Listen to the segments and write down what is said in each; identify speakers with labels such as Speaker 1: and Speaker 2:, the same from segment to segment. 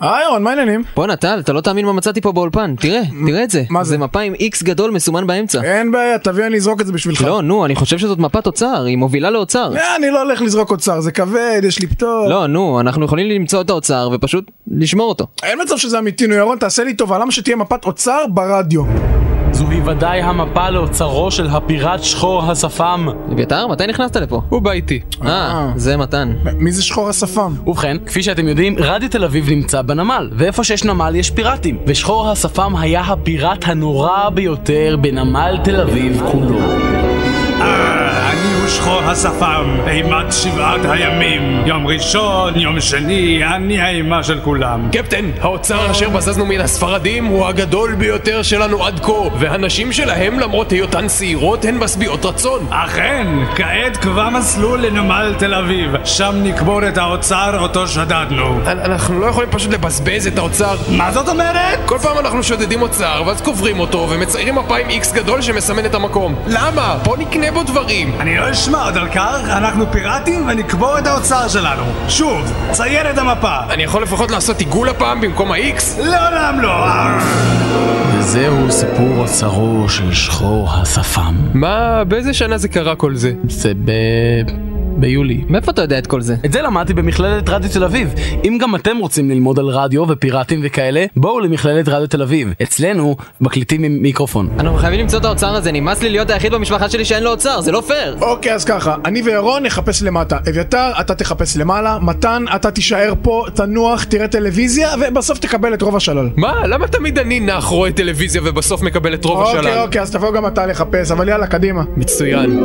Speaker 1: היי רון, אה, מה העניינים?
Speaker 2: בואנה טל, אתה לא תאמין מה מצאתי פה באולפן, תראה, תראה את זה.
Speaker 1: מה זה? אה,
Speaker 2: זה מפה עם איקס גדול מסומן באמצע.
Speaker 1: אין בעיה, תביא אני אזרוק את זה בשבילך.
Speaker 2: לא, נו, אני חושב שזאת מפת אוצר, היא מובילה לאוצר.
Speaker 1: אה, אני לא הולך לזרוק אוצר, זה כבד, יש לי פטור.
Speaker 2: לא, נו, אנחנו יכולים למצוא את האוצר ופשוט לשמור אותו.
Speaker 1: אין מצב שזה אמיתי, נו ירון, תעשה לי טובה, למה שתהיה מפת אוצר ברדיו?
Speaker 3: זוהי ודאי המפה לאוצרו של הפיראט שחור השפם.
Speaker 2: אביתר, מתי נכנסת לפה?
Speaker 3: הוא בא איתי.
Speaker 2: אה, זה מתן.
Speaker 1: מ- מי זה שחור השפם?
Speaker 3: ובכן, כפי שאתם יודעים, רדיו תל אביב נמצא בנמל, ואיפה שיש נמל יש פיראטים. ושחור השפם היה הפיראט הנורא ביותר בנמל תל אביב כולו.
Speaker 4: אה, אני הוא שחור השפם, אימת שבעת הימים. יום ראשון, יום שני, אני האימה של כולם.
Speaker 5: קפטן, האוצר אשר בזזנו מן הספרדים הוא הגדול ביותר שלנו עד כה, והנשים שלהם למרות היותן שעירות הן משביעות רצון.
Speaker 4: אכן, כעת קבע מסלול לנמל תל אביב. שם נקבור את האוצר אותו שדדנו.
Speaker 5: אנ- אנחנו לא יכולים פשוט לבזבז את האוצר.
Speaker 4: מה זאת אומרת?
Speaker 5: כל פעם אנחנו שודדים אוצר, ואז קוברים אותו, ומציירים מפה עם איקס גדול שמסמן את המקום. למה? בוא נקנה בו דברים.
Speaker 4: אני לא אשמע עוד על כך, אנחנו פיראטים ונקבור את האוצר שלנו. שוב, ציין את המפה.
Speaker 5: אני יכול לפחות לעשות עיגול הפעם במקום האיקס?
Speaker 4: לעולם לא.
Speaker 3: וזהו סיפור אוצרו של שחור השפם.
Speaker 5: מה, באיזה שנה זה קרה כל זה?
Speaker 3: זה ב... ביולי.
Speaker 2: מאיפה אתה יודע את כל זה?
Speaker 3: את זה למדתי במכללת רדיו תל אביב. אם גם אתם רוצים ללמוד על רדיו ופיראטים וכאלה, בואו למכללת רדיו תל אביב. אצלנו מקליטים עם מיקרופון.
Speaker 2: אנחנו חייבים למצוא את האוצר הזה, נמאס לי להיות היחיד במשפחה שלי שאין לו אוצר, זה לא פייר!
Speaker 1: אוקיי, אז ככה, אני וירון נחפש למטה. אביתר, אתה תחפש למעלה, מתן, אתה תישאר פה, תנוח, תראה טלוויזיה, ובסוף תקבל את רוב השלל.
Speaker 5: מה? למה תמיד אני נח רואה טלוויזיה ובסוף מקבל את רוב השלל?
Speaker 1: אוקיי, אוקיי, אז תבוא גם אתה לחפש, אבל יאללה, קדימה.
Speaker 5: מצוין.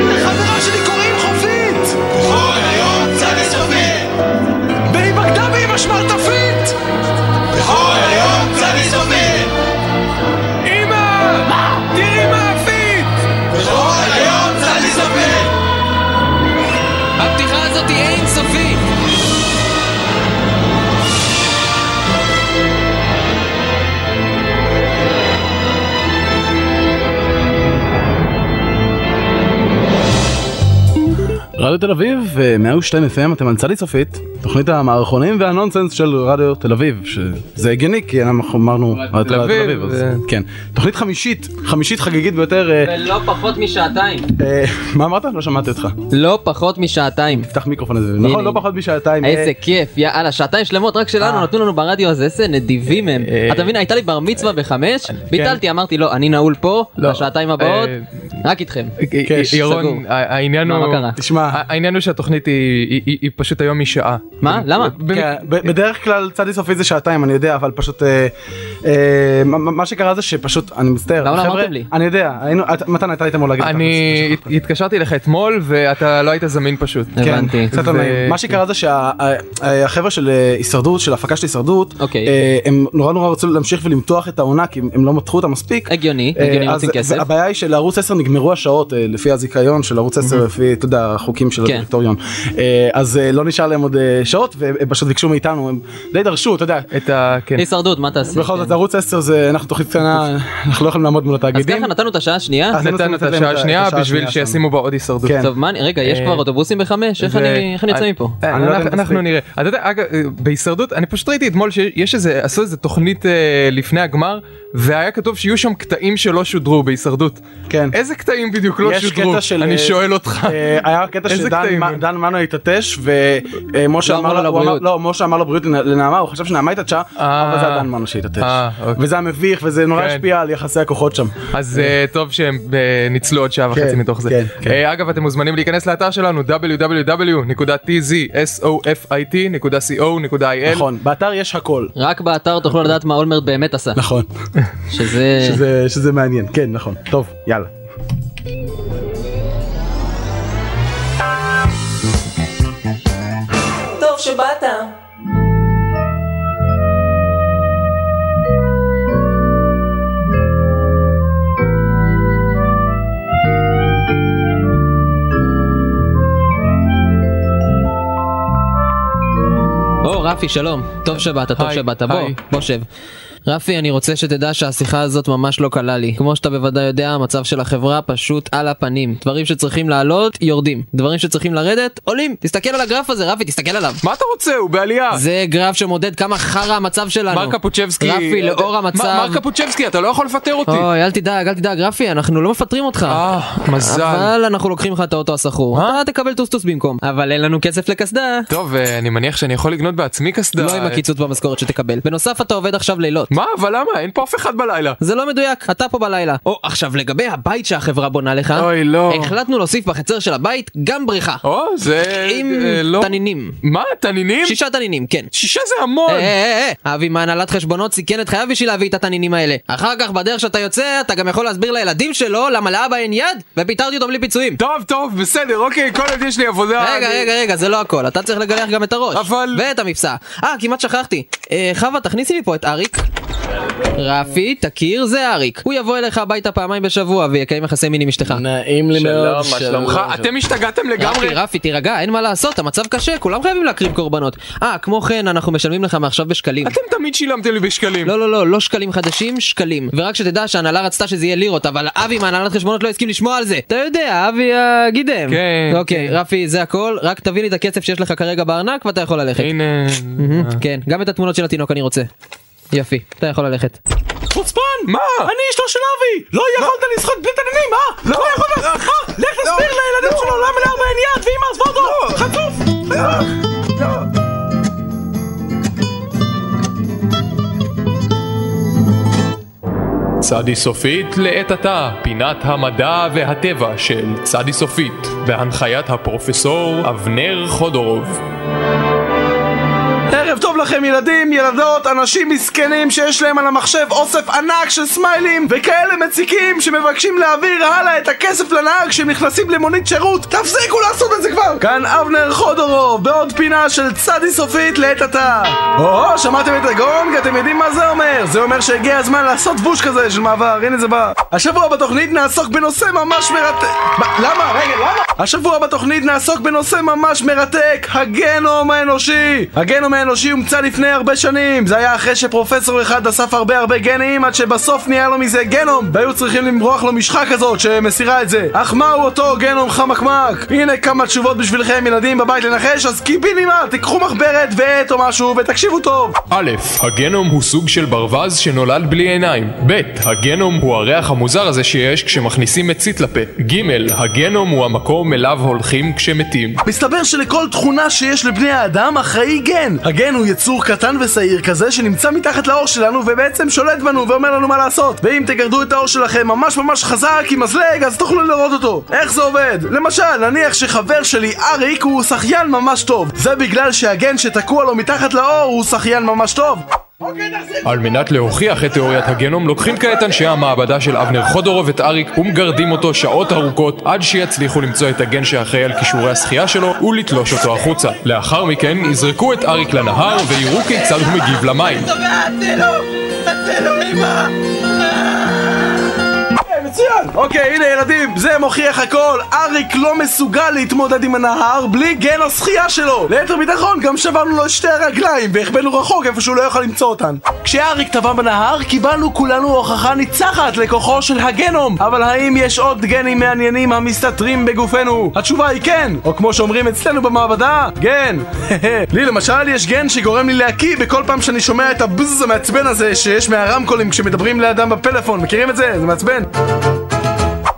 Speaker 6: לחברה שלי קוראים חופית! כל היום צדס חופית! והיא בגדה בי עם השמרטפית! כל היום צדס חופית!
Speaker 5: אמא! מה? תראי מה עפית!
Speaker 6: כל היום צדס חופית!
Speaker 2: הפתיחה הזאת היא אינסופית!
Speaker 3: רדיו תל אביב, אה, 102 FM, אתם על צדי צופית, תוכנית המערכונים והנונסנס של רדיו תל אביב, שזה הגיוני כי אנחנו אמרנו רדיו
Speaker 5: תל אביב,
Speaker 3: אז
Speaker 5: זה-
Speaker 3: כן. תוכנית חמישית, חמישית חגיגית ביותר, אה,
Speaker 2: ולא פחות משעתיים.
Speaker 3: אה, מה אמרת? לא שמעתי אותך.
Speaker 2: לא פחות משעתיים.
Speaker 3: תפתח מיקרופון הזה, נכון? לא פחות משעתיים. אה,
Speaker 2: איזה כיף, יאללה, שעתיים שלמות רק שלנו, נתנו לנו ברדיו הזה, איזה נדיבים הם.
Speaker 3: אה,
Speaker 2: אתה מבין, הייתה לי בר מצווה בחמש, ביטלתי, אמרתי לו, אני נעול פה,
Speaker 7: לא.
Speaker 2: לשעתיים הבאות,
Speaker 7: אה,
Speaker 2: רק איתכם.
Speaker 7: כן,
Speaker 2: סגור.
Speaker 7: ירון, ה- העניין
Speaker 2: מה,
Speaker 7: הוא...
Speaker 2: מה קרה?
Speaker 3: תשמע,
Speaker 7: ה- העניין הוא שהתוכנית היא- היא היא- היא פשוט היום היא שעה.
Speaker 2: מה? למה?
Speaker 7: במק-
Speaker 3: כן, ב- בדרך כלל צדי סופית זה שעתיים אני יודע אבל פשוט אה, אה, מה- מה מה שקרה זה שפשוט אני מצטער.
Speaker 2: למה לא
Speaker 3: חבר'ה,
Speaker 2: אמרתם לי?
Speaker 3: אני יודע, היינו- את- מתן אתה היית אמור להגיד. את
Speaker 7: אני
Speaker 3: התכלס,
Speaker 7: הת- התקשרתי אליך אתמול ואתה לא היית זמין פשוט.
Speaker 3: כן,
Speaker 2: הבנתי.
Speaker 3: קצת לא
Speaker 7: ו-
Speaker 3: נעים. מה שקרה זה שהחבר'ה של אה, הישרדות, של ההפקה של הישרדות,
Speaker 2: אוקיי.
Speaker 3: אה, הם נורא נורא רצו להמשיך ולמתוח את העונה כי הם- הם לא מתחו אותה מספיק.
Speaker 2: הגיוני,
Speaker 3: אה,
Speaker 2: הגיוני,
Speaker 3: אז-
Speaker 2: רוצים כסף.
Speaker 3: והבעיה היא שלערוץ 10 נגמרו השעות אה, לפי הזיכיון של ערוץ 10 לפי אתה יודע החוקים של
Speaker 2: Mhm. כן.
Speaker 3: הדירקטוריון אה, אז אה, לא נשאר להם עוד אה, שעות והם פשוט ביקשו מאיתנו הם די דרשו אתה יודע
Speaker 7: את ה... כן.
Speaker 2: הישרדות, מה תעשי?
Speaker 3: בכל זאת ערוץ 10 זה אנחנו תוכנית קטנה אנחנו לא יכולים לעמוד מול
Speaker 2: כן. אז
Speaker 3: התאגידים.
Speaker 2: ככה נתנו את השעה השנייה?
Speaker 3: אז
Speaker 7: נתנו את השעה השנייה בשביל שישימו בה עוד הישרדות.
Speaker 3: כן.
Speaker 2: טוב, מה, רגע, יש
Speaker 7: אה,
Speaker 2: כבר אוטובוסים בחמש? איך
Speaker 7: ו-
Speaker 2: אני איך אני יוצא
Speaker 7: אני-
Speaker 2: מפה?
Speaker 7: אה,
Speaker 3: אני לא יודע אם
Speaker 7: אנחנו- אנחנו
Speaker 3: תספיק.
Speaker 7: נראה. אתה יודע, אגב, אה, בהישרדות, אני פשוט ראיתי אתמול שיש איזה, עשו איזה תוכנית אה, לפני הגמר, והיה כתוב שיהו שם קטעים שלא שודרו בהישרדות.
Speaker 3: כן.
Speaker 7: איזה קטעים בדיוק לא
Speaker 3: יש
Speaker 7: שודרו?
Speaker 3: קטע של, אה,
Speaker 7: אני שואל אותך.
Speaker 3: אה, היה קטע
Speaker 7: איזה
Speaker 3: שדן
Speaker 7: קטעים?
Speaker 3: מ- דן מנו התעטש ומשה
Speaker 2: לא אמר
Speaker 3: אמר
Speaker 2: לו
Speaker 3: לו הוא אמר-
Speaker 2: בריאות.
Speaker 3: לא, משה אמר לו בריאות לנ- לנעמה הוא חשב שנעמה התעטשה
Speaker 7: אה.
Speaker 3: אבל זה היה דן מנו שהתעטש
Speaker 7: אה, אוקיי.
Speaker 3: וזה היה מביך וזה נורא
Speaker 7: כן.
Speaker 3: השפיע על יחסי הכוחות שם.
Speaker 7: אז אה, טוב שהם אה, ניצלו עוד שעה וחצי
Speaker 3: כן,
Speaker 7: מתוך זה.
Speaker 3: כן, כן.
Speaker 7: אה, אגב, אתם מוזמנים להיכנס לאתר שלנו www.tzsofit.co.il.
Speaker 3: נכון באתר יש הכל
Speaker 2: רק באתר תוכלו לדעת מה אולמרט באמת עשה.
Speaker 3: נכון
Speaker 2: שזה...
Speaker 3: שזה- שזה מעניין כן נכון טוב יאללה.
Speaker 8: טוב שבאת.
Speaker 2: או, רפי, שלום. טוב שבאת, טוב
Speaker 7: היי,
Speaker 2: שבאת. בוא,
Speaker 7: כן. היי.
Speaker 2: בוא שב. רפי, אני רוצה שתדע שהשיחה הזאת ממש לא קלה לי. כמו שאתה בוודאי יודע, המצב של החברה פשוט על הפנים. דברים שצריכים לעלות, יורדים. דברים שצריכים לרדת, עולים. תסתכל על הגרף הזה, רפי, תסתכל עליו.
Speaker 7: מה אתה רוצה? הוא בעלייה.
Speaker 2: זה גרף שמודד כמה חרא המצב שלנו.
Speaker 7: מר קפוצ'בסקי...
Speaker 2: רפי, לאור
Speaker 7: מ-
Speaker 2: המצב...
Speaker 7: מר קפוצ'בסקי, אתה לא יכול לפטר אותי.
Speaker 2: אוי, אל תדאג, אל תדאג, רפי, אנחנו לא מפטרים אותך.
Speaker 7: אה, מזל.
Speaker 2: אבל אנחנו לוקחים לך את האוטו הסחור. אתה תקבל טוסטוס במקום. אבל אין לנו כסף לקסדה.
Speaker 7: טוב, אה, אני מניח שאני יכול לקנות בעצמי קסדה.
Speaker 2: לא עם הקיצוץ במשכורת שתקבל. בנוסף, אתה עובד עכשיו לילות.
Speaker 7: מה? אבל למה? אין פה אף אחד בלילה.
Speaker 2: זה לא מדויק, אתה פה בלילה. או, עכשיו לגבי הבית שהחברה בונה לך,
Speaker 7: אוי, לא.
Speaker 2: החלטנו להוסיף בחצר של הבית גם בריכה.
Speaker 7: או, זה...
Speaker 2: עם
Speaker 7: אה, לא...
Speaker 2: תנינים.
Speaker 7: מה? תנינים?
Speaker 2: שישה תנינים, כן.
Speaker 7: שישה זה המון!
Speaker 2: אה, אה, אה, אבי מהנהלת חשבונות סיכן את חייו בשביל להביא את התנינים האלה. אחר כך בדרך שאתה יוצא, אתה גם יכול להסביר לילדים שלו למה לאבא אין יד, ופיטרתי אותו בלי פיצויים.
Speaker 7: טוב, טוב, בסדר, אוקיי, כל עוד יש לי עבודה...
Speaker 2: רגע,
Speaker 7: אני-
Speaker 2: רגע, רגע, זה לא הכל, אתה צריך לגלח גם את הראש.
Speaker 7: אבל-
Speaker 2: ואת המפסע. אה, כמעט שכחתי. אה, חווה, תכניסי לי פה את אריק. רפי, תכיר, זה אריק. הוא יבוא אליך הביתה פעמיים בשבוע ויקיים יחסי מין עם אשתך.
Speaker 3: נעים לי מאוד. שלום, מה
Speaker 7: שלומך, אתם השתגעתם לגמרי.
Speaker 2: רפי, אוקיי, רפי, תירגע, אין מה לעשות, המצב קשה, כולם חייבים להקריב קורבנות. אה, כמו כן, אנחנו משלמים לך מעכשיו בשקלים.
Speaker 7: אתם תמיד שילמתם לי בשקלים.
Speaker 2: לא, לא, לא, לא שקלים חדשים, שקלים. ורק שתדע שההנהלה רצתה שזה יהיה לירות, אבל אבי מהנהלת חשבונות לא הסכים לשמוע על זה. אתה יודע, אבי הגידם.
Speaker 7: כן,
Speaker 2: אוקיי, רפי, זה הכל, רק תביא לי את הכסף שיש לך כרגע בארנק ואתה יכול ללכת.
Speaker 7: הנה...
Speaker 2: מהמם, כן, גם את התמונות של התינוק אני רוצה. יפי, אתה יכול ללכת.
Speaker 3: חוצפן!
Speaker 7: מה?
Speaker 3: אני אשתו של אבי! לא יכולת לשחות בלי תננים, אה? לא יכול להסליחה? לך תסביר
Speaker 1: לא.
Speaker 3: לילדים שלו למה לארבע אין יד ואמא עזבה אותו! חצוף!
Speaker 5: צדי סופית לעת עתה, פינת המדע והטבע של צדי סופית, בהנחיית הפרופסור אבנר חודורוב.
Speaker 3: ערב טוב לכם ילדים, ילדות, אנשים מסכנים שיש להם על המחשב אוסף ענק של סמיילים וכאלה מציקים שמבקשים להעביר הלאה את הכסף לנהג כשהם נכנסים למונית שירות תפסיקו לעשות את זה כבר! כאן אבנר חודורוב בעוד פינה של צדי סופית לעת עתה או, שמעתם את הגונג? אתם יודעים מה זה אומר? זה אומר שהגיע הזמן לעשות בוש כזה של מעבר, הנה זה בא השבוע בתוכנית נעסוק בנושא ממש מרתק מה, למה? רגע, למה? השבוע בתוכנית נעסוק בנושא ממש מרתק, הגנום האנושי! הגנום האנושי הומצא לפני הרבה שנים, זה היה אחרי שפרופסור אחד אסף הרבה הרבה גנים עד שבסוף נהיה לו מזה גנום, והיו צריכים למרוח לו משחה כזאת שמסירה את זה. אך מהו אותו גנום חמקמק? הנה כמה תשובות בשבילכם ילדים בבית לנחש, אז קיבינימה, תיקחו מחברת ועט או משהו ותקשיבו טוב.
Speaker 5: א', הגנום הוא סוג של ברווז שנולד בלי עיניים. ב', הגנום הוא הריח המוזר הזה שיש כשמכניסים מצית לפה. ג', הגנום הוא המקום אליו הולכים כשמתים.
Speaker 3: מסתבר שלכל תכונה שיש לבני האדם אחראי גן. הגן הוא יצור קטן ושעיר כזה שנמצא מתחת לאור שלנו ובעצם שולט בנו ואומר לנו מה לעשות. ואם תגרדו את האור שלכם ממש ממש חזק עם מזלג אז תוכלו לראות אותו. איך זה עובד? למשל, נניח שחבר שלי אריק הוא שחיין ממש טוב. זה בגלל שהגן שתקוע לו מתחת לאור הוא שחיין ממש טוב.
Speaker 5: על מנת להוכיח את תיאוריית הגנום, לוקחים כעת אנשי המעבדה של אבנר חודורוב את אריק ומגרדים אותו שעות ארוכות עד שיצליחו למצוא את הגן שאחראי על כישורי השחייה שלו ולתלוש אותו החוצה. לאחר מכן יזרקו את אריק לנהר ויראו כיצד הוא מגיב למים.
Speaker 3: מצוין! אוקיי, הנה ילדים, זה מוכיח הכל. אריק לא מסוגל להתמודד עם הנהר בלי גן השחייה שלו. ליתר ביטחון, גם שברנו לו את שתי הרגליים והחבאנו רחוק איפה שהוא לא יוכל למצוא אותן. כשאריק טבע בנהר, קיבלנו כולנו הוכחה ניצחת לכוחו של הגנום. אבל האם יש עוד גנים מעניינים המסתתרים בגופנו? התשובה היא כן, או כמו שאומרים אצלנו במעבדה, גן. לי למשל יש גן שגורם לי להקיא בכל פעם שאני שומע את הבזז המעצבן הזה שיש מהרמקולים כשמדברים לאדם בפלאפון. מכירים את זה? זה מעצבן.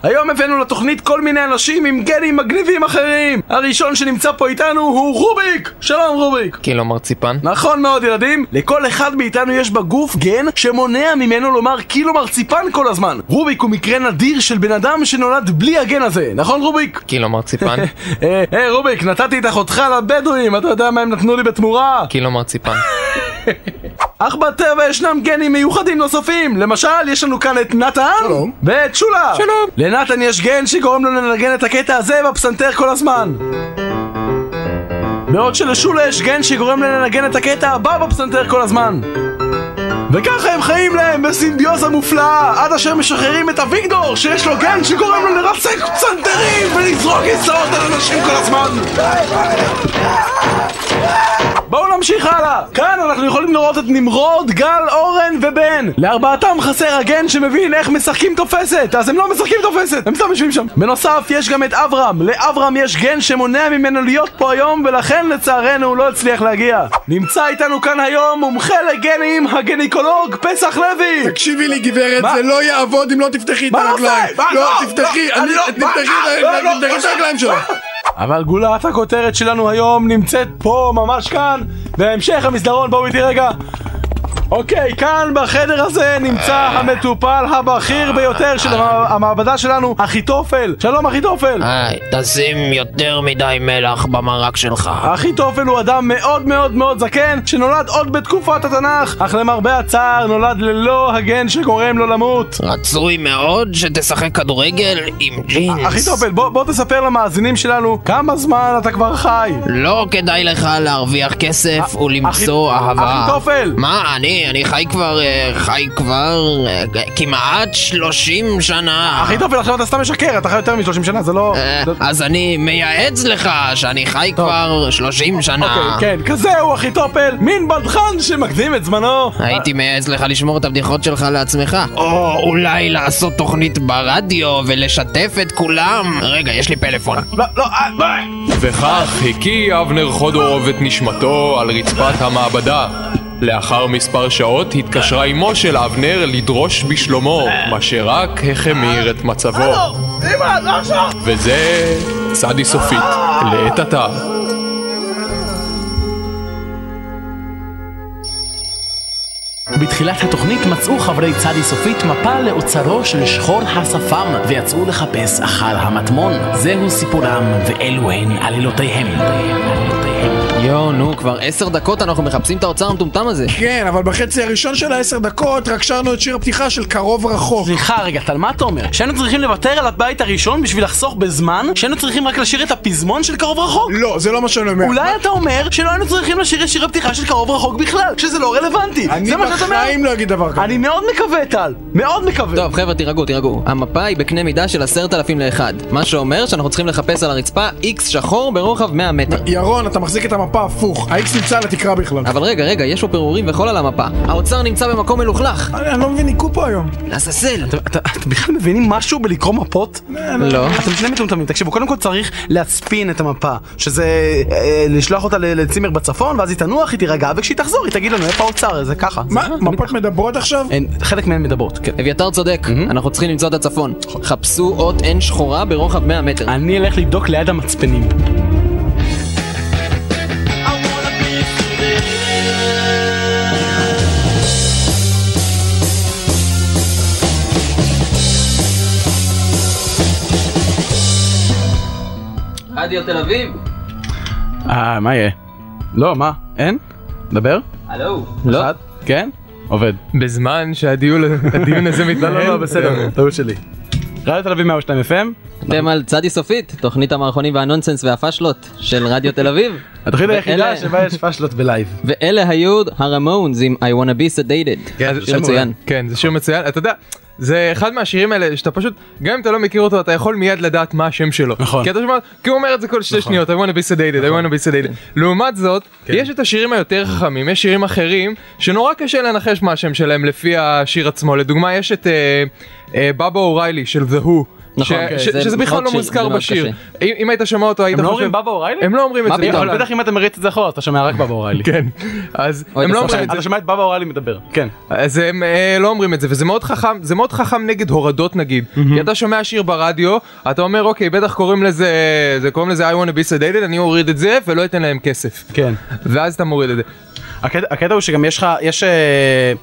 Speaker 3: היום הבאנו לתוכנית כל מיני אנשים עם גנים מגניבים אחרים! הראשון שנמצא פה איתנו הוא רוביק! שלום רוביק!
Speaker 8: קילו מרציפן.
Speaker 3: נכון מאוד ילדים, לכל אחד מאיתנו יש בגוף גן שמונע ממנו לומר קילו מרציפן כל הזמן. רוביק הוא מקרה נדיר של בן אדם שנולד בלי הגן הזה, נכון רוביק?
Speaker 8: קילו מרציפן.
Speaker 3: אה, אה רוביק, נתתי את אחותך לבדואים, אתה יודע מה הם נתנו לי בתמורה?
Speaker 8: קילו מרציפן.
Speaker 3: אך בטבע ישנם גנים מיוחדים נוספים! למשל, יש לנו כאן את נתן, שלום, ואת שולה! שלום! לנתן יש גן שגורם לו לנגן את הקטע הזה בפסנתר כל הזמן! בעוד שלשולה יש גן שגורם לה לנגן את הקטע הבא בפסנתר כל הזמן! וככה הם חיים להם בסימביוזה מופלאה עד אשר משחררים את אביגדור שיש לו גן שגורם לו לרסק פסנתרים ולזרוק עיסאות על אנשים כל הזמן בואו נמשיך הלאה! כאן אנחנו יכולים לראות את נמרוד, גל, אורן ובן! לארבעתם חסר הגן שמבין איך משחקים תופסת! אז הם לא משחקים תופסת! הם סתם יושבים שם! בנוסף, יש גם את אברהם! לאברהם יש גן שמונע ממנו להיות פה היום, ולכן לצערנו הוא לא הצליח להגיע. נמצא איתנו כאן היום מומחה לגנים, הגניקולוג פסח לוי!
Speaker 1: תקשיבי לי גברת,
Speaker 3: מה?
Speaker 1: זה לא יעבוד אם לא תפתחי את
Speaker 3: מה
Speaker 1: הרגליים.
Speaker 3: לא עושה? מה?
Speaker 1: לא,
Speaker 3: לא,
Speaker 1: תפתחי, אני,
Speaker 3: לא, אני לא-
Speaker 1: תפתחי את
Speaker 3: מה?
Speaker 1: הרגליים,
Speaker 3: לא, לא,
Speaker 1: תפתחי את
Speaker 3: לא,
Speaker 1: הרגליים שלך.
Speaker 3: אבל גולת הכותרת שלנו היום נמצאת פה, ממש כאן, בהמשך המסדרון, בואו איתי רגע. אוקיי, כאן בחדר הזה נמצא המטופל הבכיר ביותר של המע- המעבדה שלנו, אחיתופל. שלום אחיתופל.
Speaker 2: היי, תשים יותר מדי מלח במרק שלך.
Speaker 3: אחיתופל הוא אדם מאוד מאוד מאוד זקן, שנולד עוד בתקופת התנ"ך, אך למרבה הצער נולד ללא הגן שגורם לו למות.
Speaker 2: רצוי מאוד שתשחק כדורגל עם ג'ינס.
Speaker 3: אחיתופל, בוא, בוא תספר למאזינים שלנו כמה זמן אתה כבר חי.
Speaker 2: לא כדאי לך להרוויח כסף ולמצוא
Speaker 3: אחי-
Speaker 2: אהבה.
Speaker 3: אחיתופל!
Speaker 2: מה, אני, אני חי כבר, אה, חי כבר אה, כמעט 30 שנה.
Speaker 3: אחיתופל, עכשיו אתה סתם משקר, אתה חי יותר מ-30 שנה, זה לא...
Speaker 2: אה, אז אני מייעץ לך שאני חי כבר 30 שנה.
Speaker 3: אוקיי, כן, כזה הוא אחיתופל, מין בדחן שמקדים את זמנו.
Speaker 2: הייתי מייעץ לך לשמור את הבדיחות שלך לעצמך. או אולי לעשות תוכנית ברדיו ולשתף את כולם. רגע, יש לי פלאפון.
Speaker 3: לא, לא, אה, ביי.
Speaker 5: וכך הקיא אבנר חודורוב את נשמתו על רצפת המעבדה. לאחר מספר שעות התקשרה אמו של אבנר לדרוש בשלומו, מה שרק החמיר את מצבו. וזה צדי סופית, לעת עתה.
Speaker 8: בתחילת התוכנית מצאו חברי צדי סופית מפה לאוצרו של שחור השפם ויצאו לחפש אחר המטמון. זהו סיפורם ואלו הן עלילותיהם.
Speaker 2: יואו, נו, כבר עשר דקות אנחנו מחפשים את האוצר המטומטם הזה.
Speaker 1: כן, אבל בחצי הראשון של העשר דקות רק שרנו את שיר הפתיחה של קרוב רחוק.
Speaker 8: סליחה רגע, טל, מה אתה אומר?
Speaker 3: שהיינו צריכים לוותר על הבית הראשון בשביל לחסוך בזמן? שהיינו צריכים רק לשיר את הפזמון של קרוב רחוק?
Speaker 1: לא, זה לא מה שאני אומר.
Speaker 3: אולי אתה אומר שלא היינו צריכים לשיר את שיר הפתיחה של קרוב רחוק בכלל, שזה לא רלוונטי.
Speaker 1: אני
Speaker 3: זה מה שאתה אומר?
Speaker 1: בחיים לא אגיד דבר כזה.
Speaker 3: אני מאוד מקווה, טל. מאוד מקווה.
Speaker 2: טוב, חבר'ה, תירגעו, תירגעו. המפה היא בקנה מידה של עשרת אלפים לאחד. מה שאומר שאנחנו צריכים לחפש על הרצפה איקס שחור ברוחב 100 מטר.
Speaker 1: ירון, אתה מחזיק את המפה הפוך, ה-X נמצא על התקרה בכלל.
Speaker 2: אבל רגע, רגע, יש פה פירורים וחול על המפה. האוצר נמצא במקום מלוכלך.
Speaker 1: אני אני לא מבין, היכו פה היום.
Speaker 2: לעזאזל.
Speaker 3: אתה- אתם בכלל מבינים משהו בלקרוא מפות?
Speaker 2: לא.
Speaker 3: אתם שני מטומטמים, תקשיבו, קודם כל צריך להצפין את המפה, שזה אה, לשלוח אותה ל- לצימר בצפון, ואז היא תנוח, היא תירגע, וכשהיא תחזור היא תגיד לנו איפה האוצר, זה ככה.
Speaker 1: מה,
Speaker 3: זה-
Speaker 1: מפות מדברות עכשיו?
Speaker 3: הן- חלק מהן מדברות, כן.
Speaker 2: אביתר צודק, אנחנו צריכים למצוא את הצפון. חפשו אות N שחורה ברוחב 100 מטר.
Speaker 3: אני אלך לבדוק ליד המצפנים.
Speaker 2: רדיו תל אביב?
Speaker 3: אה, מה יהיה? לא, מה? אין? דבר?
Speaker 2: הלו? לא.
Speaker 3: אחד? כן? עובד.
Speaker 7: בזמן שהדיון הדיון הזה מתנהל. אה,
Speaker 3: לא, לא, בסדר, טעות שלי. רדיו תל אביב 102 FM,
Speaker 2: אתם על צדי סופית, תוכנית המערכונים והנונסנס והפאשלות של רדיו תל אביב.
Speaker 3: התוכנית היחידה
Speaker 2: ואלה-
Speaker 3: שבה יש פאשלות בלייב.
Speaker 2: ואלה היו הרמונס עם I wanna be sedated.
Speaker 7: כן,
Speaker 2: שיר מצוין.
Speaker 7: כן, זה שיר מצוין. אתה יודע, זה אחד מהשירים האלה שאתה פשוט, גם אם אתה לא מכיר אותו, אתה יכול מיד לדעת מה השם שלו.
Speaker 3: נכון.
Speaker 7: כי אתה שומע, כי הוא אומר את זה כל שתי שניות, I want to be sedated, I want to be
Speaker 2: כן.
Speaker 7: sedated. לעומת זאת,
Speaker 3: כן.
Speaker 7: יש את השירים היותר חכמים, יש שירים אחרים, שנורא קשה לנחש מה השם שלהם לפי השיר עצמו. לדוגמה, יש את אה, אה, בבא אוריילי של The Who.
Speaker 2: נכון,
Speaker 7: ש-
Speaker 2: כן,
Speaker 7: ש-
Speaker 2: זה
Speaker 7: שזה בכלל
Speaker 2: מאוד שיר,
Speaker 7: לא
Speaker 2: זה
Speaker 7: מוזכר
Speaker 2: מאוד
Speaker 7: בשיר.
Speaker 2: קשה.
Speaker 7: אם אם היית שומע אותו, היית
Speaker 3: הם
Speaker 7: חושב...
Speaker 3: לא אומרים בבא אוריילי?
Speaker 7: הם לא אומרים את
Speaker 2: מה
Speaker 7: זה.
Speaker 2: פתאום?
Speaker 7: בכלל.
Speaker 3: אבל בטח אם אתה מריץ את זה אחורה, אתה שומע רק בבא אוריילי.
Speaker 7: כן, אז
Speaker 2: אוי,
Speaker 7: הם
Speaker 2: אתה
Speaker 7: לא
Speaker 2: שם שם.
Speaker 7: אומרים את זה.
Speaker 3: אתה שומע את בבא אוריילי מדבר. כן.
Speaker 7: אז הם אה, לא אומרים את זה, וזה מאוד חכם, זה מאוד חכם נגד הורדות נגיד. כי אתה שומע שיר ברדיו, אתה אומר אוקיי, בטח קוראים לזה, זה קוראים לזה I want to be sedated, אני אוריד את זה ולא אתן להם כסף.
Speaker 3: כן.
Speaker 7: ואז אתה מוריד את זה.
Speaker 3: הקטע, הקטע הוא שגם יש לך, יש... אה,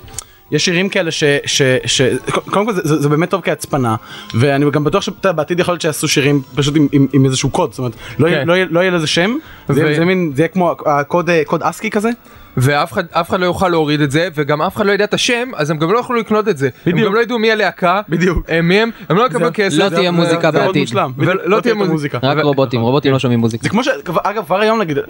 Speaker 3: יש שירים כאלה ש... ש, ש קודם כל זה, זה, זה באמת טוב כהצפנה ואני גם בטוח שבעתיד יכול להיות שיעשו שירים פשוט עם, עם, עם איזשהו קוד זאת אומרת לא, יהיה-
Speaker 7: כן.
Speaker 3: לא, יהיה- לא יהיה לזה שם זה,
Speaker 7: ו-
Speaker 3: יהיה- זה, מין, זה יהיה כמו הקוד אה, קוד אסקי כזה
Speaker 7: ואף אחד, אף אחד לא יוכל להוריד את זה, וגם אף אחד לא ידע את השם, אז הם גם לא יוכלו לקנות את זה. בדיוק. הם גם לא ידעו מי הלהקה,
Speaker 3: בדיוק.
Speaker 7: אה, מי הם, הם לא יקבלו כסף.
Speaker 2: לא
Speaker 7: זה-
Speaker 2: תהיה
Speaker 7: זה-
Speaker 2: מוזיקה
Speaker 7: זה-
Speaker 3: מאוד
Speaker 2: בעתיד.
Speaker 3: מושלם
Speaker 7: ולא-
Speaker 3: בדיוק,
Speaker 7: לא תהיה מוזיקה.
Speaker 2: רק רובוטים, רובוטים לא שומעים מוזיקה.
Speaker 3: זה כמו ש... אגב, כבר היום נגיד, אה,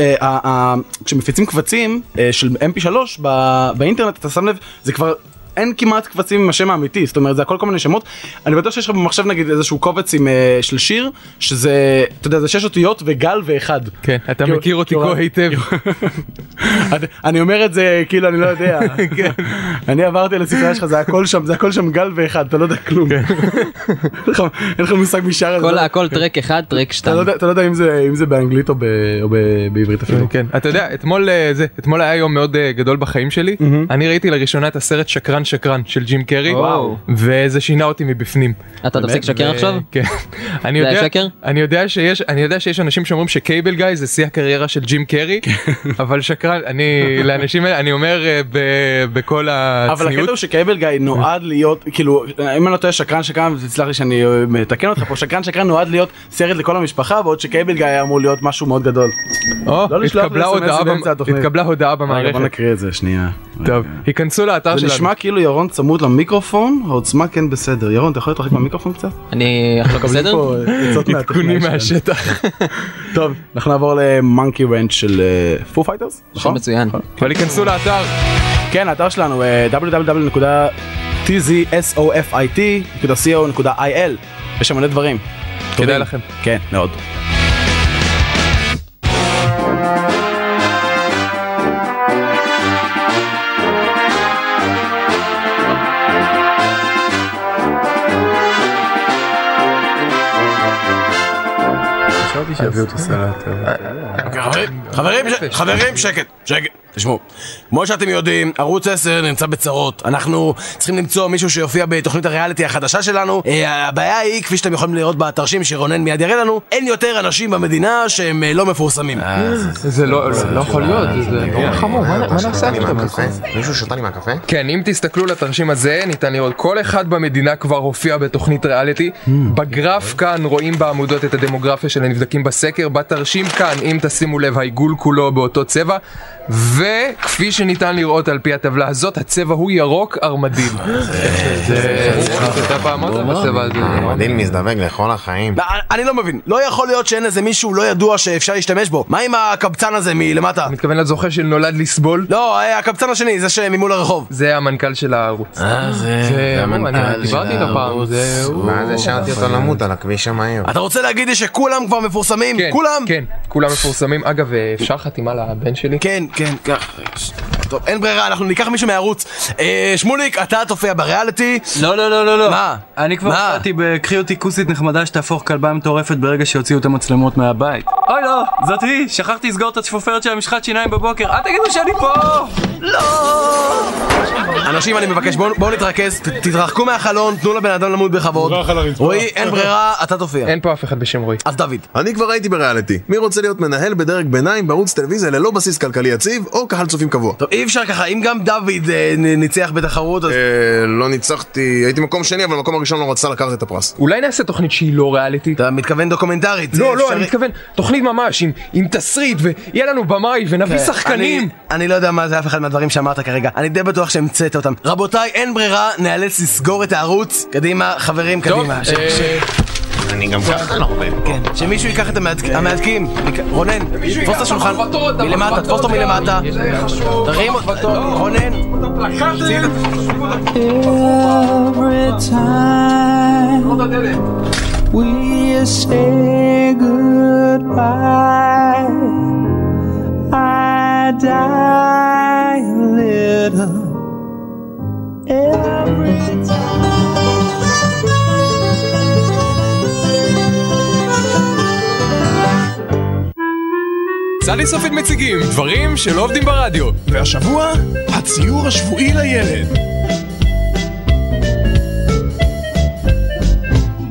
Speaker 3: אה, אה, כשמפיצים קבצים אה, של mp3 ב- באינטרנט, אתה שם לב, זה כבר אין כמעט קבצים עם השם האמיתי, זאת אומרת זה הכל כל מיני שמות. אני בטוח שיש לך במחשב נגיד איזשהו קובץ עם, אה, של שיר, שזה, אתה יודע, זה שש אותיות וגל ואחד.
Speaker 7: כן, אתה
Speaker 3: כאילו-
Speaker 7: מכיר אותי
Speaker 3: כאילו-
Speaker 7: כה היטב.
Speaker 3: אני- אני אומר את זה כאילו אני לא יודע.
Speaker 7: כן.
Speaker 3: אני עברתי על הספרייה שלך, זה הכל שם, זה הכל שם גל ואחד, אתה לא יודע כלום.
Speaker 7: כן.
Speaker 3: אין לך- אין לך מושג משאר הזה.
Speaker 2: כל הכל טרק אחד, טרק
Speaker 3: כן. אתה
Speaker 2: שתיים.
Speaker 3: לא יודע- אתה לא יודע אם זה- אם זה באנגלית או ב- או ב- בעברית אפילו.
Speaker 7: כן, אתה יודע, אתמול אה, זה, אתמול היה יום מאוד אה, גדול בחיים שלי. אני ראיתי לראשונה את הסרט שקרן שקרן של ג'ים קרי,
Speaker 2: וואו.
Speaker 7: וזה שינה אותי מבפנים.
Speaker 2: אתה תפסיק
Speaker 7: באמת,
Speaker 2: לשקר
Speaker 7: ו-
Speaker 2: עכשיו?
Speaker 7: כן. אני
Speaker 2: זה
Speaker 7: יודע,
Speaker 2: היה שקר?
Speaker 7: אני יודע שיש, אני יודע שיש אנשים שאומרים שקייבל גיא זה שיא הקריירה של ג'ים קרי,
Speaker 3: כן.
Speaker 7: אבל שקרן, אני, לאנשים האלה, אני אומר אה, ב- בכל
Speaker 3: אבל הקטע הוא
Speaker 7: הצניעות,
Speaker 3: שקייבל גיא נועד להיות, כאילו, אם אני לא טועה שקרן שקרן, תסלח לי שאני אה, מתקן אותך פה, שקרן שקרן נועד להיות סרט לכל המשפחה, בעוד שקייבל גיא היה אמור להיות משהו מאוד גדול.
Speaker 7: או,
Speaker 3: לא לשלוח
Speaker 7: התקבלה
Speaker 3: לי
Speaker 7: הודעה
Speaker 3: SMS באמצע
Speaker 7: במ-
Speaker 3: התוכנית.
Speaker 7: התקבלה הודעה
Speaker 3: רגע, בוא
Speaker 7: במערכת.
Speaker 3: נקריא את זה, שנייה.
Speaker 7: טוב, היכנסו לאתר
Speaker 3: זה
Speaker 7: שלנו.
Speaker 3: נשמע כאילו ירון צמוד למיקרופון, העוצמה כן בסדר. ירון, אתה יכול להתרחק מהמיקרופון קצת?
Speaker 2: אני עכשיו
Speaker 3: מקבלים
Speaker 2: בסדר?
Speaker 3: פה, אה, עצות
Speaker 7: עדכונים
Speaker 3: מהטכנאי שלנו.
Speaker 7: מהשטח.
Speaker 3: טוב, אנחנו נעבור למונקי רנץ' של פו פייטרס,
Speaker 2: שם
Speaker 3: נכון?
Speaker 2: מצוין.
Speaker 7: אבל היכנסו לאתר.
Speaker 3: כן, האתר שלנו אה, www.tzsofit.co.il יש שם מלא דברים. טובים.
Speaker 7: לכם.
Speaker 3: כן, מאוד.
Speaker 6: חברים, ש- חברים, שקט, שקט, תשמעו. כמו שאתם יודעים, ערוץ 10 נמצא בצרות. אנחנו צריכים למצוא מישהו שיופיע בתוכנית הריאליטי החדשה שלנו. אה, הבעיה היא, כפי שאתם יכולים לראות בתרשים שרונן מיד יראה לנו, אין יותר אנשים במדינה שהם אה, לא מפורסמים.
Speaker 7: זה לא לא- לא יכול להיות, זה נורא חמור, מה מה נעשה עם זה? בסוף?
Speaker 9: מישהו שתה לי מהקפה?
Speaker 7: כן, אם תסתכלו לתרשים הזה, ניתן לראות כל אחד במדינה כבר הופיע בתוכנית ריאליטי. בגרף כאן רואים בעמודות את הדמוגרפיה של הנבדקים בסקר, בתרשים כאן, אם תשימו לב, העיגול כולו באותו צבע, וכפי שניתן לראות על פי הטבלה הזאת, הצבע הוא ירוק ארמדיל. אתה פעם אמרת בצבע הזה.
Speaker 9: מדהים מזדווג לכל החיים.
Speaker 6: לא, אני לא מבין, לא יכול להיות שאין איזה מישהו לא ידוע שאפשר להשתמש בו. מה עם הקבצן הזה מלמטה?
Speaker 7: אתה מתכוון לזוכה שנולד לסבול?
Speaker 6: לא, אה, הקבצן השני, זה שממול הרחוב.
Speaker 7: זה המנכ"ל של הערוץ.
Speaker 9: אה,
Speaker 7: זה המנכ"ל
Speaker 9: המנכ"ל של
Speaker 7: דיברתי איתו פעם,
Speaker 9: הערוץ.
Speaker 7: זה הוא.
Speaker 9: מה זה שרתי אותו למות על הכביש המהיר?
Speaker 6: אתה רוצה להגיד לי שכולם כבר מפורסמים?
Speaker 7: כן,
Speaker 6: כולם?
Speaker 7: כן, כולם מפורסמים. אגב, אה, אפשר חתימה לבן שלי?
Speaker 6: כן, כן, כך. טוב, אין ברירה, אנחנו ניקח מישהו מהערוץ. אה, שמוליק, אתה תופיע בריאליטי.
Speaker 10: לא, לא, לא, לא, לא.
Speaker 6: מה?
Speaker 10: אני כבר
Speaker 6: מה?
Speaker 10: החלטתי בקחי אותי כוסית נחמדה שתהפוך כלבה מטורפת ברגע שיוציאו את המצלמות מהבית. אוי לא, זאת היא, שכחתי לסגור את השפופרת של המשחת שיניים בבוקר. אל תגידו שאני פה! לא.
Speaker 6: אנשים, אני מבקש, בואו בואו נתרכז, ת- תתרחקו מהחלון, תנו לבן אדם למות בכבוד.
Speaker 4: תברח על הרצפה.
Speaker 6: רועי, אין ברירה, אתה תופיע.
Speaker 7: אין פה אף אחד בשם רועי.
Speaker 6: אז דוד.
Speaker 11: אני כבר הייתי בריאליטי. מי רוצה להיות מנהל בדרג ביניים בערוץ טלוויזיה ללא בסיס כלכלי יציב, או קהל צופים קבוע?
Speaker 6: טוב, אי אפשר ככה, אם גם דוד אה, נ- ניצח בתחרות, אז...
Speaker 11: אה, לא ניצחתי, הייתי מקום שני, אבל המקום הראשון לא רצה לקחת את הפרס.
Speaker 7: אולי נעשה תוכנית שהיא לא ריאליטית?
Speaker 6: אתה מתכוון דוקומנטרית. זה
Speaker 7: לא, לא,
Speaker 6: אפשרי.
Speaker 7: אני מתכוון, תוכנית ממש, עם- עם תסריט, ויהיה לנו במאי, ונביא שחקנים!
Speaker 6: אני- אני לא יודע מה זה אף אחד מהדברים שאמרת כרגע, אני די בטוח שהמצאת אותם. רבותיי, אין ברירה, נאלץ לסגור את הערוץ. קדימה, חברים,
Speaker 7: טוב,
Speaker 6: קדימה. ש-
Speaker 7: אה,
Speaker 6: ש- כן, שמישהו ייקח את המהדק- המהדקים. יק- רונן, תפוס את השולחן. מלמטה, תפוס אותו מלמטה. תרים אותו. רונן.
Speaker 7: צלי סופית מציגים דברים שלא עובדים ברדיו.
Speaker 1: והשבוע, הציור השבועי לילד.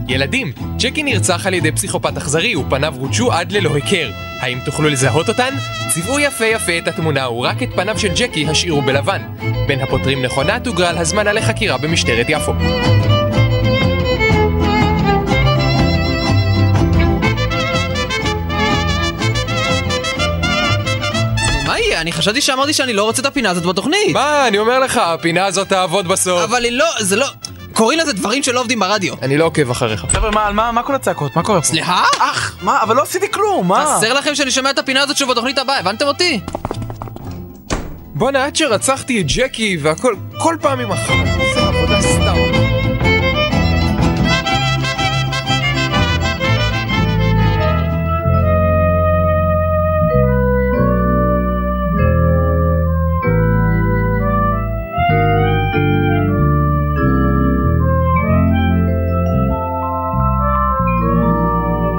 Speaker 7: ילדים, צ'קי נרצח על ידי פסיכופת אכזרי ופניו רודשו עד ללא היכר. האם תוכלו לזהות אותן? צבעו יפה יפה את התמונה ורק את פניו של ג'קי השאירו בלבן. בין הפותרים נכונה תוגרל הזמנה לחקירה במשטרת יפו.
Speaker 2: מה יהיה? אני חשבתי שאמרתי שאני לא רוצה את הפינה הזאת בתוכנית.
Speaker 7: מה, אני אומר לך, הפינה הזאת תעבוד בסוף.
Speaker 2: אבל היא לא, זה לא... קוראים לזה דברים שלא עובדים ברדיו.
Speaker 3: אה.
Speaker 7: אני לא עוקב אחריך.
Speaker 3: חבר'ה, מה, על מה, מה כל הצעקות? מה קורה פה?
Speaker 2: סליחה?
Speaker 3: אח, מה, אבל לא עשיתי כלום, מה? כן,
Speaker 2: חסר לכם שאני שומע את הפינה הזאת שוב בתוכנית הבאה, הבנתם אותי?
Speaker 7: בואנה, עד שרצחתי את ג'קי והכל, כל פעם עם החלום.
Speaker 12: זה עבודה סתם.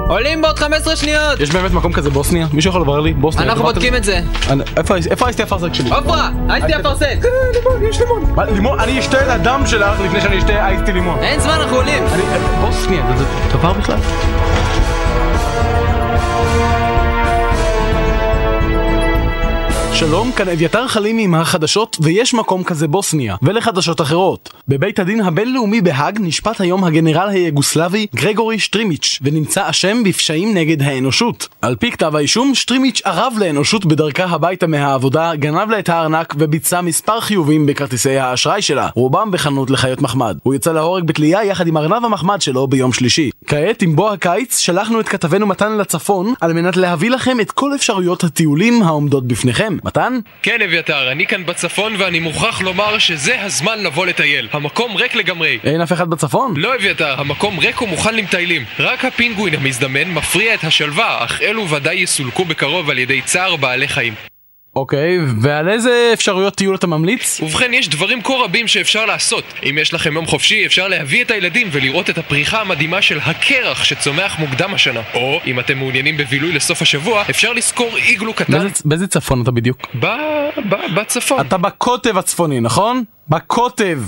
Speaker 2: עולים בעוד 15 שניות!
Speaker 3: יש באמת מקום כזה בוסניה? מישהו יכול לברר לי? בוסניה.
Speaker 2: אנחנו
Speaker 3: דבר כזה?
Speaker 2: בודקים את זה.
Speaker 3: אני- איפה האיס- איפה האיסטי הפרסק שלי?
Speaker 2: עופרה, הייתי אפרסק!
Speaker 3: לימון, יש לימון. מה, לימון? אני אשתה את הדם שלך לפני שאני אשתה אייסטי לימון.
Speaker 2: אין זמן, אנחנו עולים.
Speaker 3: אני- בוסניה, זה- זה דבר בכלל? שלום, כאן אביתר חלימי עם החדשות, ויש מקום כזה בוסניה, ולחדשות אחרות. בבית הדין הבינלאומי בהאג נשפט היום הגנרל היוגוסלבי גרגורי שטרימיץ', ונמצא אשם בפשעים נגד האנושות. על פי כתב האישום, שטרימיץ' ערב לאנושות בדרכה הביתה מהעבודה, גנב לה את הארנק וביצע מספר חיובים בכרטיסי האשראי שלה, רובם בחנות לחיות מחמד. הוא יצא להורג בתלייה יחד עם ארנב המחמד שלו ביום שלישי. כעת, עם בוא הקיץ, שלחנו את כתבנו מתן לצפון, על מנת להביא לכם את כל אפשרויות הטיולים העומדות בפניכם. מתן?
Speaker 7: כן, אביתר, אני כאן בצפון ואני מוכרח לומר שזה הזמן לבוא לטייל. המקום ריק לגמרי.
Speaker 3: אין אף אחד בצפון?
Speaker 7: לא, אביתר, המקום ריק ומוכן למטיילים. רק הפינגווין המזדמן מפריע את השלווה, אך אלו ודאי יסולקו בקרוב על ידי צער בעלי חיים.
Speaker 3: אוקיי, ועל איזה אפשרויות טיול אתה ממליץ?
Speaker 7: ובכן, יש דברים כה רבים שאפשר לעשות. אם יש לכם יום חופשי, אפשר להביא את הילדים ולראות את הפריחה המדהימה של הקרח שצומח מוקדם השנה. או, אם אתם מעוניינים בבילוי לסוף השבוע, אפשר לשכור איגלו קטן.
Speaker 3: באיזה- באיזה צפון אתה בדיוק?
Speaker 7: ב... ב... בצפון.
Speaker 3: אתה בקוטב הצפוני, נכון? בקוטב.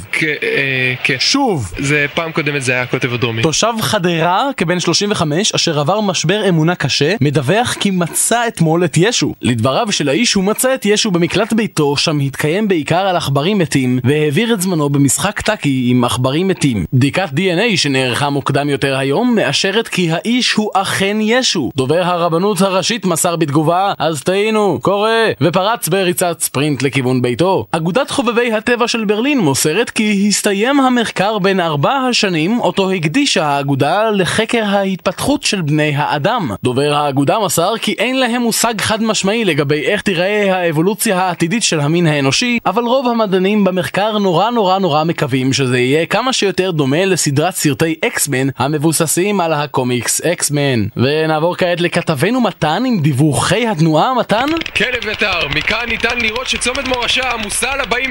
Speaker 7: כן.
Speaker 3: שוב.
Speaker 7: זה פעם קודמת זה היה הקוטב הדרומי.
Speaker 3: תושב חדרה כבן 35 אשר עבר משבר אמונה קשה מדווח כי מצא אתמול את ישו. לדבריו של האיש הוא מצא את ישו במקלט ביתו שם התקיים בעיקר על עכברים מתים והעביר את זמנו במשחק טאקי עם עכברים מתים. בדיקת DNA שנערכה מוקדם יותר היום מאשרת כי האיש הוא אכן ישו. דובר הרבנות הראשית מסר בתגובה אז טעינו, קורה, ופרץ בריצת ספרינט לכיוון ביתו. אגודת חובבי הטבע של ברלין מוסרת כי הסתיים המחקר בן ארבע השנים אותו הקדישה האגודה לחקר ההתפתחות של בני האדם. דובר האגודה מסר כי אין להם מושג חד משמעי לגבי איך תיראה האבולוציה העתידית של המין האנושי, אבל רוב המדענים במחקר נורא נורא נורא מקווים שזה יהיה כמה שיותר דומה לסדרת סרטי אקסמן המבוססים על הקומיקס אקסמן. ונעבור כעת לכתבנו מתן עם דיווחי התנועה, מתן?
Speaker 7: כן, אביתר, מכאן ניתן לראות שצומת מורשה עמוסה על הבאים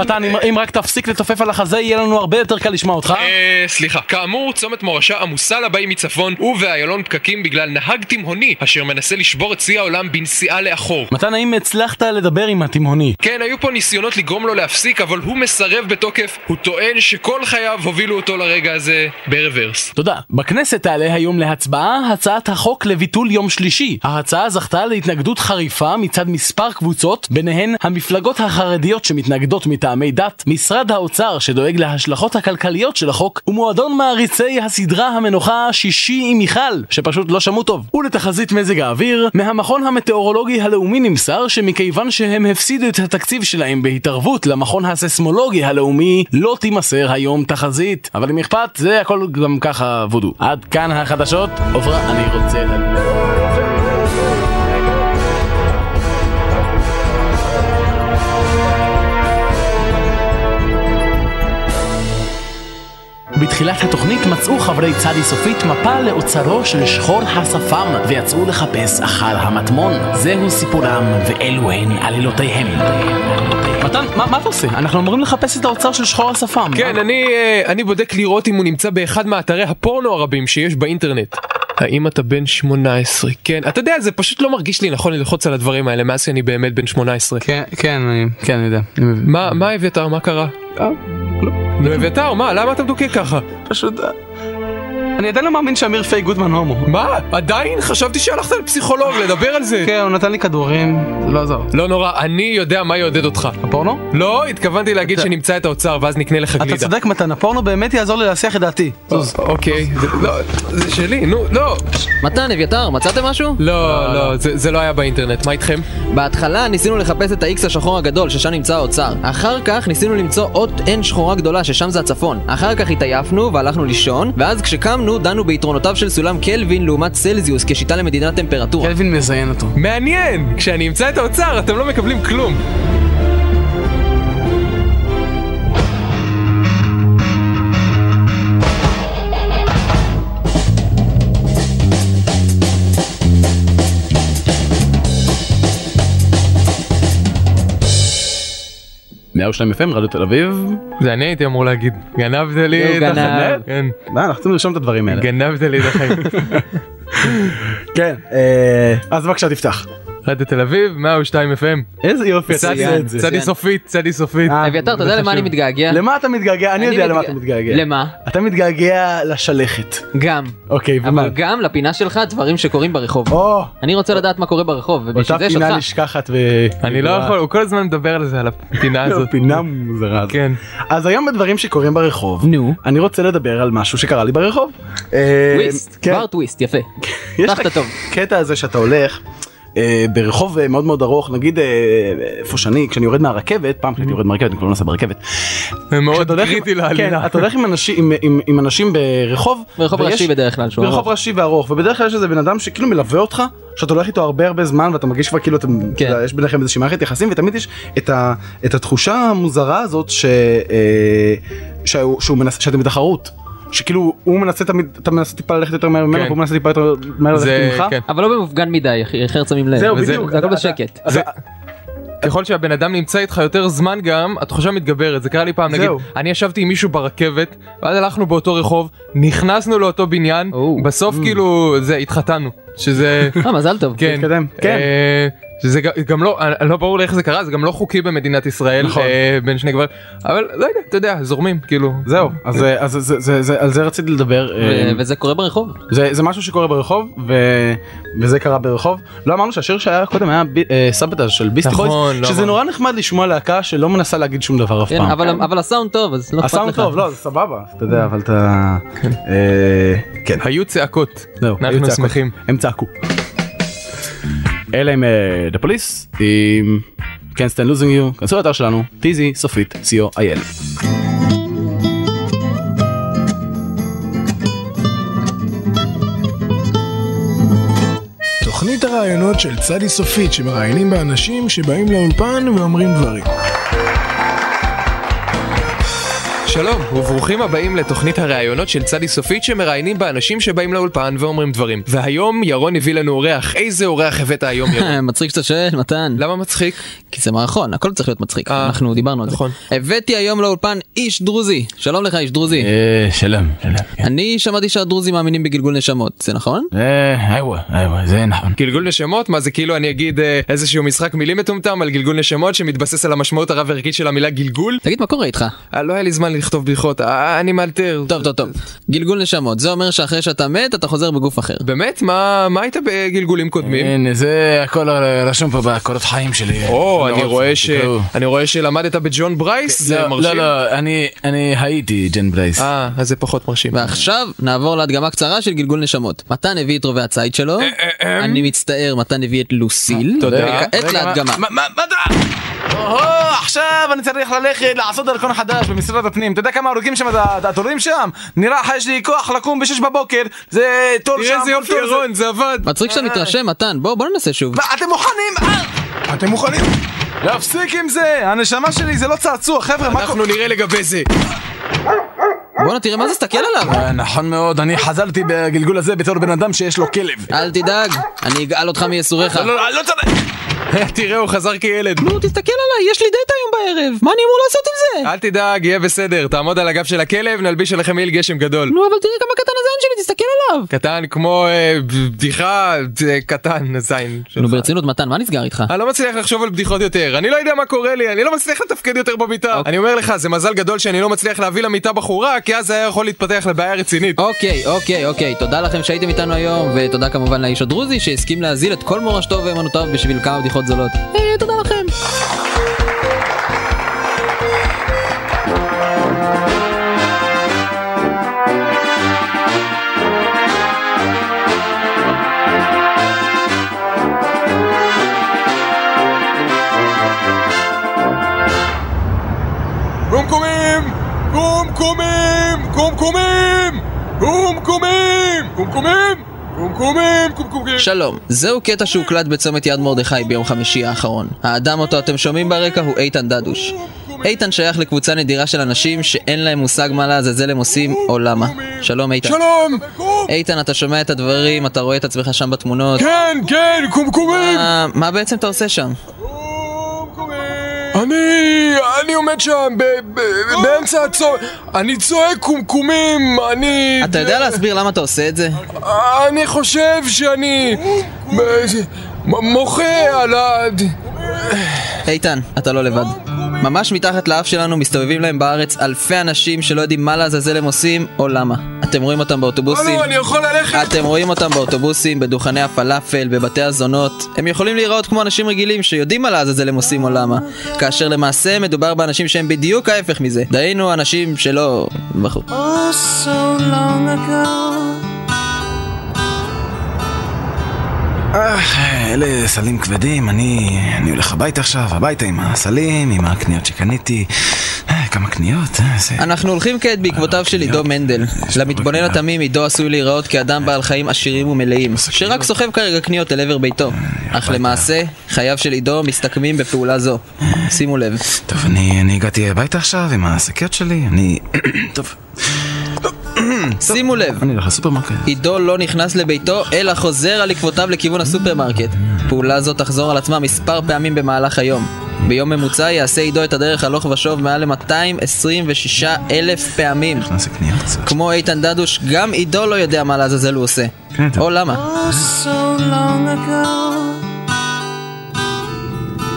Speaker 3: מתן, מתן, אם- אם רק תפסיק לתופף על החזה יהיה לנו הרבה יותר קל לשמוע אותך.
Speaker 7: אה, סליחה. כאמור, צומת מורשה עמוסה לבאים מצפון ובאיילון פקקים בגלל נהג תימהוני אשר מנסה לשבור את שיא העולם בנסיעה לאחור.
Speaker 3: מתן, האם הצלחת לדבר עם התימהוני?
Speaker 7: כן, היו פה ניסיונות לגרום לו להפסיק, אבל הוא מסרב בתוקף. הוא טוען שכל חייו הובילו אותו לרגע הזה ברוורס.
Speaker 3: תודה. בכנסת תעלה היום להצבעה הצעת החוק לביטול יום שלישי. ההצעה זכתה להתנגדות חריפה מצד מספר קבוצות, ביניהן המפלגות החרדיות שמתנגדות מטעמי דת, משרד האוצר שדואג להשלכות הכלכליות של החוק, ומועדון מעריצי הסדרה המנוחה שישי עם מיכל, שפשוט לא שמעו טוב. ולתחזית מזג האוויר, מהמכון המטאורולוגי הלאומי נמסר שמכיוון שהם הפסידו את התקציב שלהם בהתערבות למכון הססמולוגי הלאומי, לא תימסר היום תחזית. אבל אם אכפת, זה הכל גם ככה וודו. עד כאן החדשות. עופרה, אני רוצה... בתחילת התוכנית מצאו חברי צדי סופית מפה לאוצרו של שחור השפם ויצאו לחפש אחר המטמון. זהו סיפורם ואלו הן עלילותיהם. מתן, מה מה אתה עושה? אנחנו אמורים לחפש את האוצר של שחור השפם.
Speaker 7: כן, אני, אה, אני בודק לראות אם הוא נמצא באחד מאתרי הפורנו הרבים שיש באינטרנט. האם אתה בן 18? כן, אתה יודע, זה פשוט לא מרגיש לי נכון ללחוץ על הדברים האלה מאז שאני באמת בן 18.
Speaker 3: כן, כן, אני, כן, אני יודע.
Speaker 7: מה, מה אביתר, מה קרה? אה, לא. אביתר, מה, למה אתה מדוכא ככה?
Speaker 3: פשוט... אני עדיין לא מאמין שאמיר פיי גודמן הומו.
Speaker 7: מה? עדיין? חשבתי שהלכת לפסיכולוג לדבר על זה.
Speaker 3: כן, הוא נתן לי כדורים, זה לא עזר.
Speaker 7: לא נורא, אני יודע מה יעודד אותך.
Speaker 3: הפורנו?
Speaker 7: לא, התכוונתי להגיד
Speaker 3: אתה-
Speaker 7: שנמצא את האוצר ואז נקנה לך גלידה.
Speaker 3: אתה צודק מתן, הפורנו באמת יעזור לי להסיח את דעתי. זוז.
Speaker 7: אוקיי, זה- לא, זה שלי, נו, לא.
Speaker 2: מתן, אביתר, מצאתם משהו?
Speaker 7: לא, לא, זה זה לא היה באינטרנט, מה איתכם?
Speaker 2: בהתחלה ניסינו לחפש את ה-X השחור הגדול, ששם נמצא האוצר. אחר כך ניסינו למצוא אות N שחורה גדולה, ששם זה הצפון. אחר כך התעייפנו והלכנו לישון, ואז כשקמנו דנו ביתרונותיו של סולם קלווין לעומת צלזיוס כשיטה למדידת טמפרטורה.
Speaker 3: קלווין מזיין אותו.
Speaker 7: מעניין! כשאני אמצא את האוצר אתם לא מקבלים כלום.
Speaker 13: 102 FM, רדיו תל אביב.
Speaker 7: זה אני הייתי אמור להגיד. גנבת לי
Speaker 13: הוא
Speaker 7: את החיים.
Speaker 13: גנב.
Speaker 7: כן.
Speaker 13: מה, אנחנו צריכים לרשום את הדברים האלה.
Speaker 7: גנבת לי את החיים.
Speaker 3: כן, אה, אז בבקשה תפתח.
Speaker 7: רדיו תל אביב, 102 FM.
Speaker 3: איזה יופי,
Speaker 7: צדי-
Speaker 3: עשית את זה. כן.
Speaker 7: צדי
Speaker 3: מצוין.
Speaker 7: סופית, צדי סופית.
Speaker 3: אה,
Speaker 2: אביתר, אתה יודע למה אני מתגעגע?
Speaker 3: למה אתה מתגעגע? אני
Speaker 2: אני
Speaker 3: יודע למה
Speaker 2: מתגע-
Speaker 3: אתה מתגעגע.
Speaker 2: למה?
Speaker 3: אתה מתגעגע לשלכת.
Speaker 2: גם.
Speaker 3: אוקיי, ומה?
Speaker 2: אבל גם לפינה שלך דברים שקורים ברחוב. אני רוצה לדעת מה קורה ברחוב,
Speaker 3: אותה
Speaker 2: ובשביל זה יש
Speaker 3: פינה
Speaker 2: אותך.
Speaker 3: נשכחת ו...
Speaker 7: אני לא יכול, הוא כל הזמן מדבר על זה, על הפינה הזאת.
Speaker 3: אה, הפינה מוזרה הזאת.
Speaker 7: כן.
Speaker 3: אז היום בדברים שקורים ברחוב,
Speaker 2: נו,
Speaker 3: אני רוצה לדבר על משהו שקרה לי ברחוב. אה,
Speaker 2: טוויסט,
Speaker 3: כן.
Speaker 2: כבר טוויסט, יפה.
Speaker 3: יש
Speaker 2: פתחת
Speaker 3: את
Speaker 2: טוב.
Speaker 3: הקטע הזה שאתה הולך. אה, ברחוב אה, מאוד מאוד ארוך, נגיד אה, איפה שאני, כשאני יורד מהרכבת, פעם כשאתי יורד מהרכבת, אני כבר לא נוסע ברכבת.
Speaker 7: זה מאוד
Speaker 3: הולך עם-
Speaker 7: קריטי
Speaker 3: כן,
Speaker 7: לעלילה.
Speaker 3: אתה הולך עם אנשים, עם, עם, עם אנשים ברחוב.
Speaker 2: ברחוב
Speaker 3: ויש-
Speaker 2: ראשי בדרך כלל, שהוא
Speaker 3: ברחוב
Speaker 2: ארוך.
Speaker 3: ראשי וארוך, ובדרך כלל יש איזה בן אדם שכאילו מלווה אותך, שאתה הולך איתו הרבה הרבה זמן ואתה מרגיש כבר כאילו אתם,
Speaker 2: כן.
Speaker 3: אתה יודע, יש ביניכם איזושהי מערכת יחסים, ותמיד יש את, ה, את התחושה המוזרה הזאת ש, אה, שהוא, שהוא מנס, שאתם בתחרות. שכאילו הוא מנסה תמיד, אתה מנסה טיפה ללכת יותר מהר ממנו, והוא מנסה טיפה יותר מהר ללכת
Speaker 7: כן. זה-
Speaker 3: ממך.
Speaker 7: כן.
Speaker 2: אבל לא במופגן מדי, אחי, אחרת שמים לב.
Speaker 3: זהו,
Speaker 2: וזה-
Speaker 3: בדיוק.
Speaker 2: זה הכל
Speaker 3: אתה-
Speaker 2: בשקט.
Speaker 7: זה- ככל שהבן אדם נמצא איתך יותר זמן גם, התחושה מתגברת, זה קרה לי פעם, נגיד,
Speaker 3: זהו.
Speaker 7: אני ישבתי עם מישהו ברכבת, ואז הלכנו באותו רחוב, נכנסנו לאותו בניין, בסוף
Speaker 3: Mm.
Speaker 7: כאילו, זה, התחתנו, שזה...
Speaker 2: אה, מזל טוב.
Speaker 7: כן.
Speaker 3: מתקדם, כן.
Speaker 7: אה, שזה ג- גם לא, אה, לא ברור לי איך זה קרה, זה גם לא חוקי במדינת ישראל,
Speaker 3: נכון.
Speaker 7: אה, בין שני גברים, אבל לא יודע, אתה יודע, זורמים, כאילו.
Speaker 3: זהו, אז, אה, אז זה, זה, זה, על זה רציתי לדבר. אה,
Speaker 2: ו- וזה קורה ברחוב.
Speaker 3: זה, זה משהו שקורה ברחוב, ו... וזה קרה ברחוב. לא אמרנו שהשיר שהיה קודם היה ב... אה, סבתא של ביסטי
Speaker 7: נכון,
Speaker 3: בויז,
Speaker 7: לא
Speaker 3: שזה
Speaker 7: אמרנו.
Speaker 3: נורא נחמד לשמוע להקה שלא מנסה להגיד שום דבר אף
Speaker 2: כן,
Speaker 3: פעם.
Speaker 2: אבל- אבל הסאונד טוב, אז לא אכפת לך.
Speaker 3: הסאונד טוב, לא, זה סבבה, אתה יודע, אבל אתה... אה, כן,
Speaker 7: היו צעקות,
Speaker 3: זהו, היו
Speaker 7: אנחנו
Speaker 3: צעקות.
Speaker 7: שמחים.
Speaker 3: הם צעקו. אלה הם אה, The Police, עם Can't Stand Losing You, כנסו לאתר שלנו, טיזי, סופית, co.il.
Speaker 1: תוכנית הראיונות של צדי סופית שמראיינים באנשים שבאים לאולפן ואומרים דברים.
Speaker 7: שלום, וברוכים הבאים לתוכנית הראיונות של צדי סופית שמראיינים באנשים שבאים לאולפן ואומרים דברים. והיום ירון הביא לנו אורח, איזה אורח הבאת היום ירון?
Speaker 2: מצחיק שאתה שואל, מתן.
Speaker 7: למה מצחיק?
Speaker 2: כי זה מערכון, הכל צריך להיות מצחיק,
Speaker 7: לא. אה,
Speaker 2: אנחנו דיברנו על זה.
Speaker 7: נכון.
Speaker 2: הבאתי היום לאולפן איש דרוזי, שלום לך איש דרוזי.
Speaker 14: אה, שלום, שלום.
Speaker 2: אני שמעתי שהדרוזים מאמינים בגלגול נשמות, זה נכון?
Speaker 14: אה, איווה, איווה, זה נכון.
Speaker 7: גלגול נשמות? מה זה כאילו אני אגיד אה, איזשהו משחק מילים מטומטם על גלגול נשמות שמתבסס על המשמעות הרב ערכית של המילה גלגול?
Speaker 2: תגיד מה קורה איתך?
Speaker 7: אה, לא היה לי זמן לכתוב בדיחות, אה, אני מאלתר.
Speaker 2: טוב, טוב, טוב. גלגול נשמות, זה אומר שאחרי שאתה מת אתה חוזר בגוף אחר.
Speaker 7: באמת? מה מה היית בגלגולים קודמים?
Speaker 14: הנה, זה הכל רשום פה בקורות חיים שלי.
Speaker 3: לא
Speaker 7: או, אני
Speaker 14: מאוד,
Speaker 7: רואה ש-
Speaker 14: תקראו.
Speaker 7: אני רואה שלמדת בג'ון ברייס,
Speaker 3: כן,
Speaker 7: זה
Speaker 14: לא,
Speaker 7: מרשים.
Speaker 14: לא, לא, אני- אני הייתי ג'ן ברייס.
Speaker 7: אה, אז זה פחות מרשים.
Speaker 2: ועכשיו נעבור להדגמה קצרה של גלגול נשמות. מתן הביא את רובה הציד שלו, אני מצטער, מתן הביא את לוסיל.
Speaker 7: תודה.
Speaker 2: וכעת
Speaker 14: רגע,
Speaker 2: להדגמה.
Speaker 14: מה- מה- מה אתה?
Speaker 3: או, עכשיו אני צריך ללכת לעשות דרכון חדש במשרד הפנים. אתה יודע כמה הרוגים שם, את- את התורים שם? נראה לך יש לי כוח לקום ב-6 בבוקר, זה תור שם.
Speaker 7: תראה איזה
Speaker 3: כל
Speaker 7: יופי
Speaker 3: תור זה-
Speaker 7: ירון, זה עבד.
Speaker 2: מצחיק שאתה מתרשם, מתן, בוא בוא ננסה שוב.
Speaker 3: מה, אתם מוכנים? אה! אתם מוכנים? להפסיק עם זה! הנשמה שלי זה לא צעצוע, חבר'ה, מה קורה?
Speaker 7: אנחנו נראה לגבי זה.
Speaker 2: בואנה תראה מה זה, תסתכל עליו.
Speaker 14: אה, נכון מאוד, אני חזרתי בגלגול הזה בתור בן אדם שיש לו כלב.
Speaker 2: אל תדאג, אני אגאל אותך מייסוריך.
Speaker 14: לא, לא צריך...
Speaker 7: תראה, הוא חזר כילד.
Speaker 2: נו, תסתכל עליי, יש לי דייט היום בערב, מה אני אמור לעשות עם זה?
Speaker 14: אה.
Speaker 7: אל תדאג, יהיה בסדר. תעמוד על הגב של הכלב, נלביש עליכם מעיל גשם גדול.
Speaker 2: נו, אבל תראה כמה קטן הזין שלי, תסתכל עליו.
Speaker 7: קטן כמו אה, בדיחה, אה, קטן, זין.
Speaker 2: נו, ברצינות, מתן, מה נסגר איתך?
Speaker 7: אני לא מצליח לחשוב על בדיחות יותר, אני לא יודע מה קורה לי, אני לא מצליח לתפקד יותר במיטה.
Speaker 2: אוקיי.
Speaker 7: אני אומר לך, זה מזל גדול שאני לא מצליח להביא למיטה בחורה, כי אז זה היה יכול להתפתח לבעיה רצינית.
Speaker 2: אוקיי, אוקיי, אוקיי, תודה לכם שהייתם איתנו היום, ותודה כמובן לאיש הדרוזי שהסכים להזיל את כל מורשתו ואמנותיו בשביל כמה בדיחות זולות. אה, תודה לכם.
Speaker 7: קומקומים! קומקומים! קומקומים! קומקומים! קומקומים! קומקומים! קומקומים!
Speaker 2: שלום, זהו קטע שהוקלט בצומת יד מרדכי ביום חמישי האחרון. האדם אותו אתם שומעים ברקע הוא איתן דדוש. איתן שייך לקבוצה נדירה של אנשים שאין להם מושג מה לעזאזל הם עושים או למה. שלום איתן.
Speaker 7: שלום!
Speaker 2: איתן, אתה שומע את הדברים, אתה רואה את עצמך שם בתמונות.
Speaker 7: כן, כן,
Speaker 2: אה.
Speaker 7: קומקומים!
Speaker 2: מה- מה בעצם אתה עושה שם?
Speaker 7: אני... אני עומד עומד שם ב-
Speaker 2: אה.
Speaker 7: ב- באמצע הצומת, אני צועק קומקומים, אני...
Speaker 2: אתה יודע להסביר למה אתה עושה את זה?
Speaker 7: אני חושב שאני... מ- מוחה על ה...
Speaker 2: איתן, אתה לא לבד. ממש מתחת לאף שלנו מסתובבים להם בארץ אלפי אנשים שלא יודעים מה לעזאזל הם עושים או למה. אתם רואים אותם באוטובוסים,
Speaker 7: הלו, לא, אני יכול ללכת?
Speaker 2: אתם רואים אותם באוטובוסים, בדוכני הפלאפל, בבתי הזונות. הם יכולים להיראות כמו אנשים רגילים שיודעים מה לעזאזל הם עושים או למה. כאשר למעשה מדובר באנשים שהם בדיוק ההפך מזה. דהיינו אנשים שלא... בחור.
Speaker 15: Oh, so long ago.
Speaker 6: אה, אלה סלים כבדים, אני... אני הולך הביתה עכשיו, הביתה עם הסלים, עם הקניות שקניתי. אה, כמה קניות, אה, זה...
Speaker 2: אנחנו הולכים כעת בעקבותיו של עידו מנדל. למתבונן התמים עידו עשוי להיראות כאדם בעל חיים עשירים ומלאים, שרק סוחב כרגע קניות אל עבר ביתו. אך למעשה, חייו של עידו מסתכמים בפעולה זו. שימו לב.
Speaker 6: טוב, אני, אני הגעתי הביתה עכשיו עם השקיות שלי, אני... טוב.
Speaker 2: שימו לב.
Speaker 6: כן. אני הולך לסופרמרקט.
Speaker 2: עידו לא נכנס לביתו, אלא חוזר על עקבותיו לכיוון הסופרמרקט. פעולה זו תחזור על עצמה מספר פעמים במהלך היום. ביום ממוצע יעשה עידו את הדרך הלוך ושוב מעל ל-226 אלף פעמים. כמו איתן דדוש, גם עידו לא יודע מה לעזאזל הוא עושה.
Speaker 6: כן,
Speaker 2: או למה.
Speaker 15: Oh, so long ago.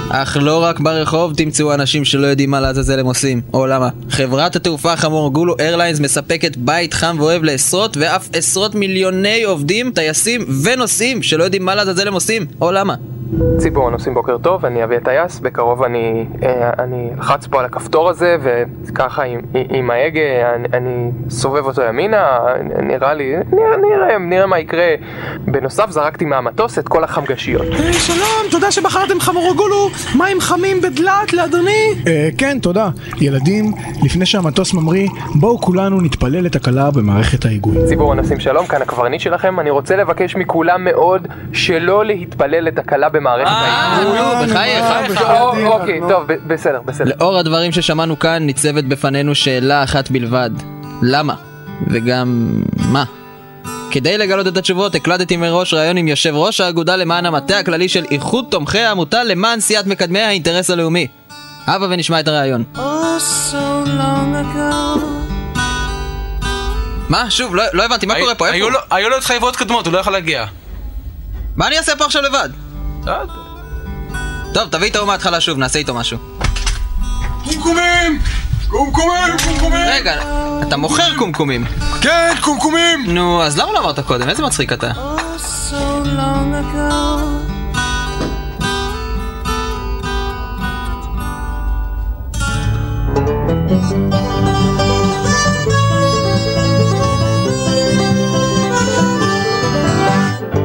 Speaker 2: אך לא רק ברחוב תמצאו אנשים שלא יודעים מה לעזאזל הם עושים, או למה. חברת התעופה החמור גולו איירליינס מספקת בית חם ואוהב לעשרות ואף עשרות מיליוני עובדים, טייסים ונוסעים שלא יודעים מה לעזאזל הם עושים, או למה.
Speaker 16: ציפורון עושים בוקר טוב, אני אבי הטייס, בקרוב אני, אה, אני אלחץ פה על הכפתור הזה, וככה עם, עם ההגה אני, אני סובב אותו ימינה, נראה לי, נראה, נראה, נראה מה יקרה. בנוסף זרקתי מהמטוס את כל החמגשיות.
Speaker 17: אה, שלום, תודה שבחרתם חמורוגולו, מים חמים בדלעת לאדוני.
Speaker 1: אה, כן, תודה. ילדים, לפני שהמטוס ממריא, בואו כולנו נתפלל לתקלה במערכת ההיגוי.
Speaker 16: ציבור הנשים שלום, כאן הקברניט שלכם, אני רוצה לבקש מכולם מאוד שלא להתפלל לתקלה במערכת
Speaker 7: אה,
Speaker 16: ההיגוי.
Speaker 2: נו, בחייך.
Speaker 16: או- אוקיי, טוב, ב- בסדר, בסדר.
Speaker 2: לאור הדברים ששמענו כאן, ניצבת בפנינו שאלה אחת בלבד. למה? וגם... מה? כדי לגלות את התשובות, הקלטתי מראש ראיון עם יושב ראש האגודה למען המטה הכללי של איחוד תומכי העמותה למען סיעת מקדמי האינטרס הלאומי. הבה ונשמע את הראיון.
Speaker 15: Oh, so long ago.
Speaker 2: מה? שוב, לא, לא הבנתי, מה קורה פה? איפה הוא?
Speaker 3: היו לו התחייבות קודמות, הוא לא יכול להגיע.
Speaker 2: מה אני אעשה פה עכשיו לבד? טוב, תביא את ההוא מההתחלה שוב, נעשה איתו משהו.
Speaker 7: קומקומים! קומקומים! קומקומים!
Speaker 2: רגע, אתה מוכר קומקומים.
Speaker 7: כן, קומקומים!
Speaker 2: נו, אז למה לא אמרת קודם? איזה מצחיק אתה.
Speaker 15: Oh, so long ago.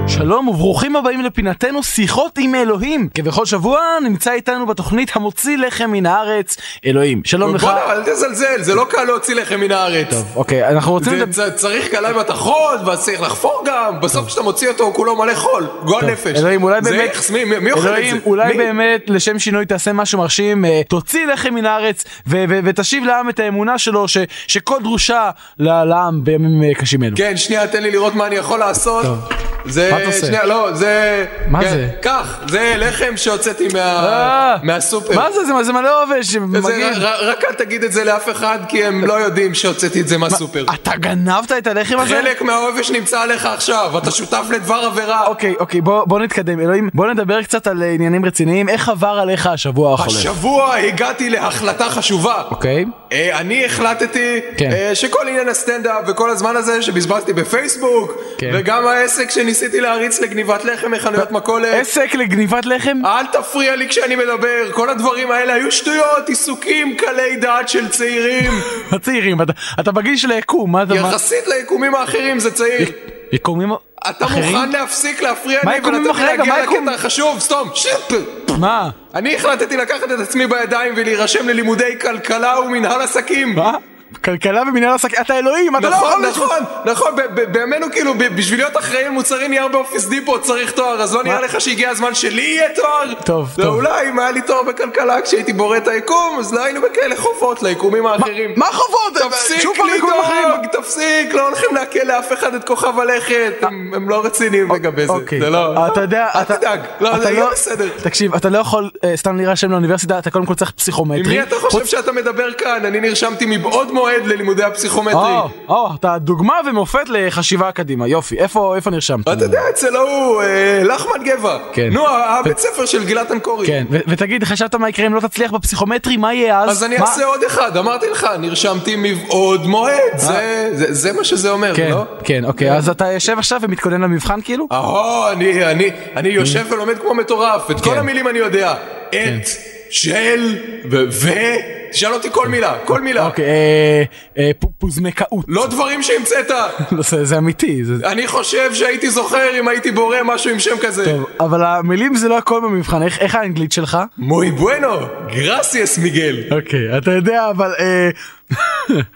Speaker 3: שלום וברוכים הבאים לפינתנו שיחות עם אלוהים. כבכל שבוע נמצא איתנו בתוכנית המוציא לחם מן הארץ, אלוהים. שלום לך.
Speaker 7: בוא'נה, אבל אל תזלזל, זה לא קל להוציא לחם מן הארץ.
Speaker 3: אוקיי, אנחנו רוצים...
Speaker 7: זה- צ- צריך קלה אם אתה חול, ואז צריך לחפור גם, בסוף כשאתה מוציא אותו הוא כולו מלא חול, גועל
Speaker 3: טוב,
Speaker 7: נפש.
Speaker 3: אלוהים, אולי
Speaker 7: זה
Speaker 3: באמת...
Speaker 7: איכס, מי מי- מי אוכל את
Speaker 3: אלוהים,
Speaker 7: זה?
Speaker 3: אולי
Speaker 7: מי?
Speaker 3: באמת לשם שינוי תעשה משהו מרשים, אה, תוציא לחם מן הארץ ו- ו- ותשיב לעם את האמונה שלו ש- שכל דרושה ל- לעם בימים אה, קשים אלו.
Speaker 7: כן, שנייה, תן לי לראות מה אני יכול לעשות. זה...
Speaker 3: מה אתה עושה?
Speaker 7: שנייה, לא, זה...
Speaker 3: מה
Speaker 7: כן,
Speaker 3: זה?
Speaker 7: קח, זה לחם שהוצאתי מה...
Speaker 3: אה,
Speaker 7: מהסופר.
Speaker 3: מה זה? זה- זה מלא עובש,
Speaker 7: זה-
Speaker 3: לא, מגעיל.
Speaker 7: ר- רק אל תגיד את זה לאף אחד, כי הם לא יודעים שהוצאתי את זה מהסופר.
Speaker 3: אתה גנבת את הלחם הזה?
Speaker 7: חלק מהעובש נמצא עליך עכשיו, אתה שותף לדבר עבירה.
Speaker 3: אוקיי, אוקיי, בוא, בוא נתקדם, אלוהים, בוא נדבר קצת על אה, עניינים רציניים, איך עבר עליך השבוע החולף?
Speaker 7: השבוע הגעתי להחלטה חשובה.
Speaker 3: אוקיי.
Speaker 7: אה, אני החלטתי
Speaker 3: כן.
Speaker 7: אה, שכל עניין הסטנדאפ וכל הזמן הזה שבזבזתי בפייסבוק
Speaker 3: כן.
Speaker 7: וגם העסק שניסיתי להריץ לגניבת לחם מחנויות מכולת
Speaker 3: עסק לגניבת לחם?
Speaker 7: אל תפריע לי כשאני מדבר כל הדברים האלה היו שטויות עיסוקים קלי דעת של צעירים
Speaker 3: הצעירים, אתה, אתה בגיל של היקום, מה אתה... מה-
Speaker 7: יחסית ליקומים האחרים זה צעיר
Speaker 3: יקומים
Speaker 7: אתה
Speaker 3: אחרים?
Speaker 7: מוכן להפסיק להפריע
Speaker 3: מה
Speaker 7: לי
Speaker 3: יקומים
Speaker 7: ולתת לי
Speaker 3: אחרי?
Speaker 7: להגיע
Speaker 3: מה יקום-
Speaker 7: לקטע החשוב סתום שיפ.
Speaker 3: מה?
Speaker 7: אני החלטתי לקחת את עצמי בידיים ולהירשם ללימודי כלכלה ומנהל עסקים
Speaker 3: מה?
Speaker 18: כלכלה ומנהל עסקים, אתה אלוהים, אתה לא
Speaker 7: נכון,
Speaker 18: יכול
Speaker 7: נכון,
Speaker 18: לשמוע.
Speaker 7: נכון, ב- ב- בימינו כאילו, ב- בשביל להיות אחראי למוצרים נהיה באופיס דיפו צריך תואר, אז לא נראה לך שהגיע הזמן שלי יהיה תואר?
Speaker 18: טוב,
Speaker 7: לא,
Speaker 18: טוב.
Speaker 7: אולי אם היה לי תואר בכלכלה כשהייתי בורא את היקום, אז לא היינו בכאלה חובות ליקומים האחרים.
Speaker 18: מה חובות? שוב
Speaker 7: תפסיק
Speaker 18: פעם ליקומים
Speaker 7: לדאוג, תפסיק, לא הולכים לעכל לאף אחד את כוכב הלכת, הם הם לא רציניים לגבי זה,
Speaker 18: אוקיי.
Speaker 7: זה לא...
Speaker 18: אתה יודע,
Speaker 7: אל
Speaker 18: אתה-
Speaker 7: תדאג, לא,
Speaker 18: אתה
Speaker 7: זה יהיה
Speaker 18: לא-
Speaker 7: בסדר.
Speaker 18: תקשיב, אתה לא יכול אה, סתם להירשם לאוניברסיטה, אתה קודם כל צריך פסיכומטרי.
Speaker 7: עם מי אתה חושב שאתה מדבר כאן? אני נרשמתי מבעוד מועד ללימודי הפסיכומטרי.
Speaker 18: או, או, אתה דוגמה ומופת לחשיבה קדימה, יופי. איפה איפה נרשמת?
Speaker 7: אתה יודע, אצל ההוא, אה, לחמן גבע.
Speaker 18: כן.
Speaker 7: נו, ה-
Speaker 18: ו-
Speaker 7: הבית ספר של גלעד אנקורי.
Speaker 18: כן, ו- ותגיד, חשבת מה יקרה אם לא תצליח בפסיכומטרי, מה יהיה אז?
Speaker 7: אז אני
Speaker 18: מה-
Speaker 7: אעשה עוד אחד, אמרתי לך, נרשמתי מבעוד מועד, זה- זה- זה מה שזה אומר,
Speaker 18: כן,
Speaker 7: לא? אה,
Speaker 18: כן, אוקיי, אז אתה יושב עכשיו ומתכונן למבחן כאילו?
Speaker 7: אהו, אני- אני- אני יושב
Speaker 18: Mm.
Speaker 7: ולומד כמו מטורף, את
Speaker 18: כן.
Speaker 7: כל המילים אני יודע. את, של, ו... ו- תשאל אותי כל מילה, כל מילה.
Speaker 18: אוקיי, אה, אה, פ- פוזמקאות.
Speaker 7: לא דברים שהמצאת.
Speaker 18: לא, זה- זה אמיתי. זה-
Speaker 7: אני חושב שהייתי זוכר אם הייתי בורא משהו עם שם כזה.
Speaker 18: טוב, אבל המילים זה לא הכל במבחן, איך- איך האנגלית שלך?
Speaker 7: מוי בואנו, גרסיאס מיגל.
Speaker 18: אוקיי, אתה יודע, אבל... אה,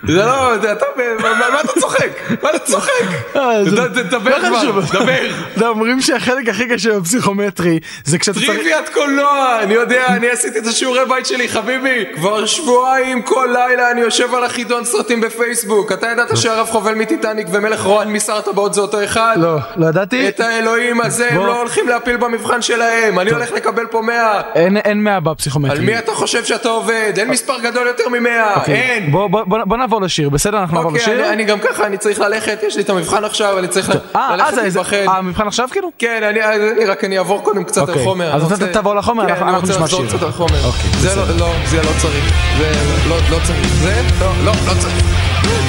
Speaker 7: זה לא, אתה, אתה- מה מה אתה צוחק? מה אתה צוחק?
Speaker 18: אה, זה-
Speaker 7: ד- ד- דבר
Speaker 18: לא
Speaker 7: כבר,
Speaker 18: חשוב.
Speaker 7: דבר.
Speaker 18: אתה יודע, לא, אומרים שהחלק הכי קשה בפסיכומטרי זה כשאתה צריך...
Speaker 7: טריוויית קולנוע, אני יודע, אני עשיתי את השיעורי בית שלי, חביבי. כבר שבועיים כל לילה אני יושב על החידון סרטים בפייסבוק. אתה ידעת שהרב חובל מטיטניק ומלך רוען משר הטבעות זה אותו אחד?
Speaker 18: לא, לא ידעתי.
Speaker 7: את האלוהים הזה הם
Speaker 18: בוא.
Speaker 7: לא הולכים להפיל במבחן שלהם. אני הולך לקבל פה 100.
Speaker 18: אין- אין מאה בפסיכומטרי.
Speaker 7: על מי אתה חושב שאתה עובד? אין מספר גדול יותר ממאה.
Speaker 18: אוקיי.
Speaker 7: אין.
Speaker 18: בוא- בוא- בוא בוא נעבור לשיר, בסדר? אנחנו נעבור
Speaker 7: אוקיי,
Speaker 18: לשיר?
Speaker 7: אני- אני גם ככה, אני צריך ללכת, יש לי את המבחן עכשיו, אני צריך ל-
Speaker 18: אה, אה,
Speaker 7: ללכת
Speaker 18: זה- זה-
Speaker 7: להתבחן.
Speaker 18: אה, המבחן עכשיו כאילו?
Speaker 7: כן, אני- אני רק אני אעבור קודם קצת על
Speaker 18: אוקיי,
Speaker 7: חומר.
Speaker 18: אז
Speaker 7: אני
Speaker 18: אתה
Speaker 7: רוצה-
Speaker 18: תעבור לחומר,
Speaker 7: כן,
Speaker 18: אנחנו-
Speaker 7: אני
Speaker 18: אנחנו
Speaker 7: רוצה
Speaker 18: נשמע
Speaker 7: לחזור
Speaker 18: שיר.
Speaker 7: קצת על חומר.
Speaker 18: אוקיי,
Speaker 7: זה לא, לא, זה לא צריך. זה לא, לא צריך. זה לא, לא, לא צריך.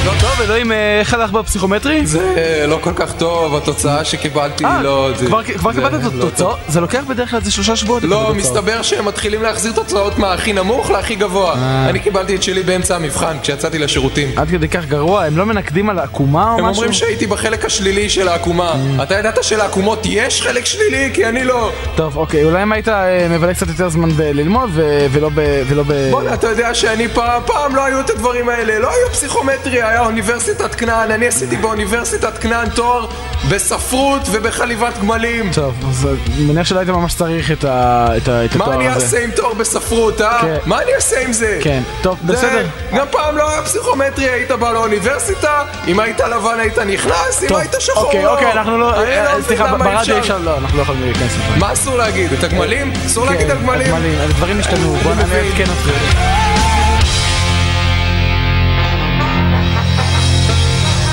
Speaker 7: לא
Speaker 18: טוב, אלוהים, אה, איך הלך בפסיכומטרי?
Speaker 7: זה לא כל כך טוב, התוצאה שקיבלתי
Speaker 18: אה,
Speaker 7: היא לא... זה-
Speaker 18: כבר- כבר
Speaker 7: זה
Speaker 18: קיבלת את
Speaker 7: לא טוב.
Speaker 18: התוצאות? זה לוקח בדרך כלל איזה שלושה שבועות. לקבל
Speaker 7: לא,
Speaker 18: תוצאות.
Speaker 7: מסתבר שהם מתחילים להחזיר תוצאות מהכי נמוך להכי גבוה.
Speaker 18: אה.
Speaker 7: אני קיבלתי את שלי באמצע המבחן, כשיצאתי לשירותים.
Speaker 18: עד כדי כך גרוע, הם לא מנקדים על העקומה או משהו? אה.
Speaker 7: הם אומרים שהייתי בחלק השלילי של העקומה. אתה ידעת שלעקומות יש חלק שלילי? כי אני לא...
Speaker 18: טוב, אוקיי, אולי אם היית אה, מבלה קצת יותר זמן בללמוד ו- ולא ב... ולא ב...
Speaker 7: בואנה, אתה יודע שאני פעם, פעם לא היו את הדברים האלה, לא היו פסיכומטריה, היה אוניברסיטת כנען, אני עשיתי באוניברסיטת כנען תואר בספרות ובחליבת גמלים.
Speaker 18: טוב, אז אני מניח שלא היית ממש צריך את ה- את ה- את התואר הזה.
Speaker 7: מה אני אעשה עם תואר בספרות, אה?
Speaker 18: כן.
Speaker 7: מה אני אעשה עם זה?
Speaker 18: כן, טוב,
Speaker 7: זה-
Speaker 18: בסדר.
Speaker 7: גם פעם לא היה פסיכומטרי, היית בא לאוניברסיטה, אם היית לבן היית נכנס, אם
Speaker 18: טוב,
Speaker 7: היית שחור לא.
Speaker 18: אוקיי, אוקיי, אנחנו לא...
Speaker 7: אני
Speaker 18: אה,
Speaker 7: לא מבין
Speaker 18: סליחה,
Speaker 7: למה
Speaker 18: ברדיו אי אפשר, לא, אנחנו לא יכולים להיכנס לפרק.
Speaker 7: מה אסור להגיד? את הגמלים? אסור להגיד על גמלים?
Speaker 18: כן, הגמלים, הדברים השתנו, בוא
Speaker 7: אני
Speaker 18: נענה
Speaker 7: מבין.
Speaker 18: את כן אותך.
Speaker 19: Thank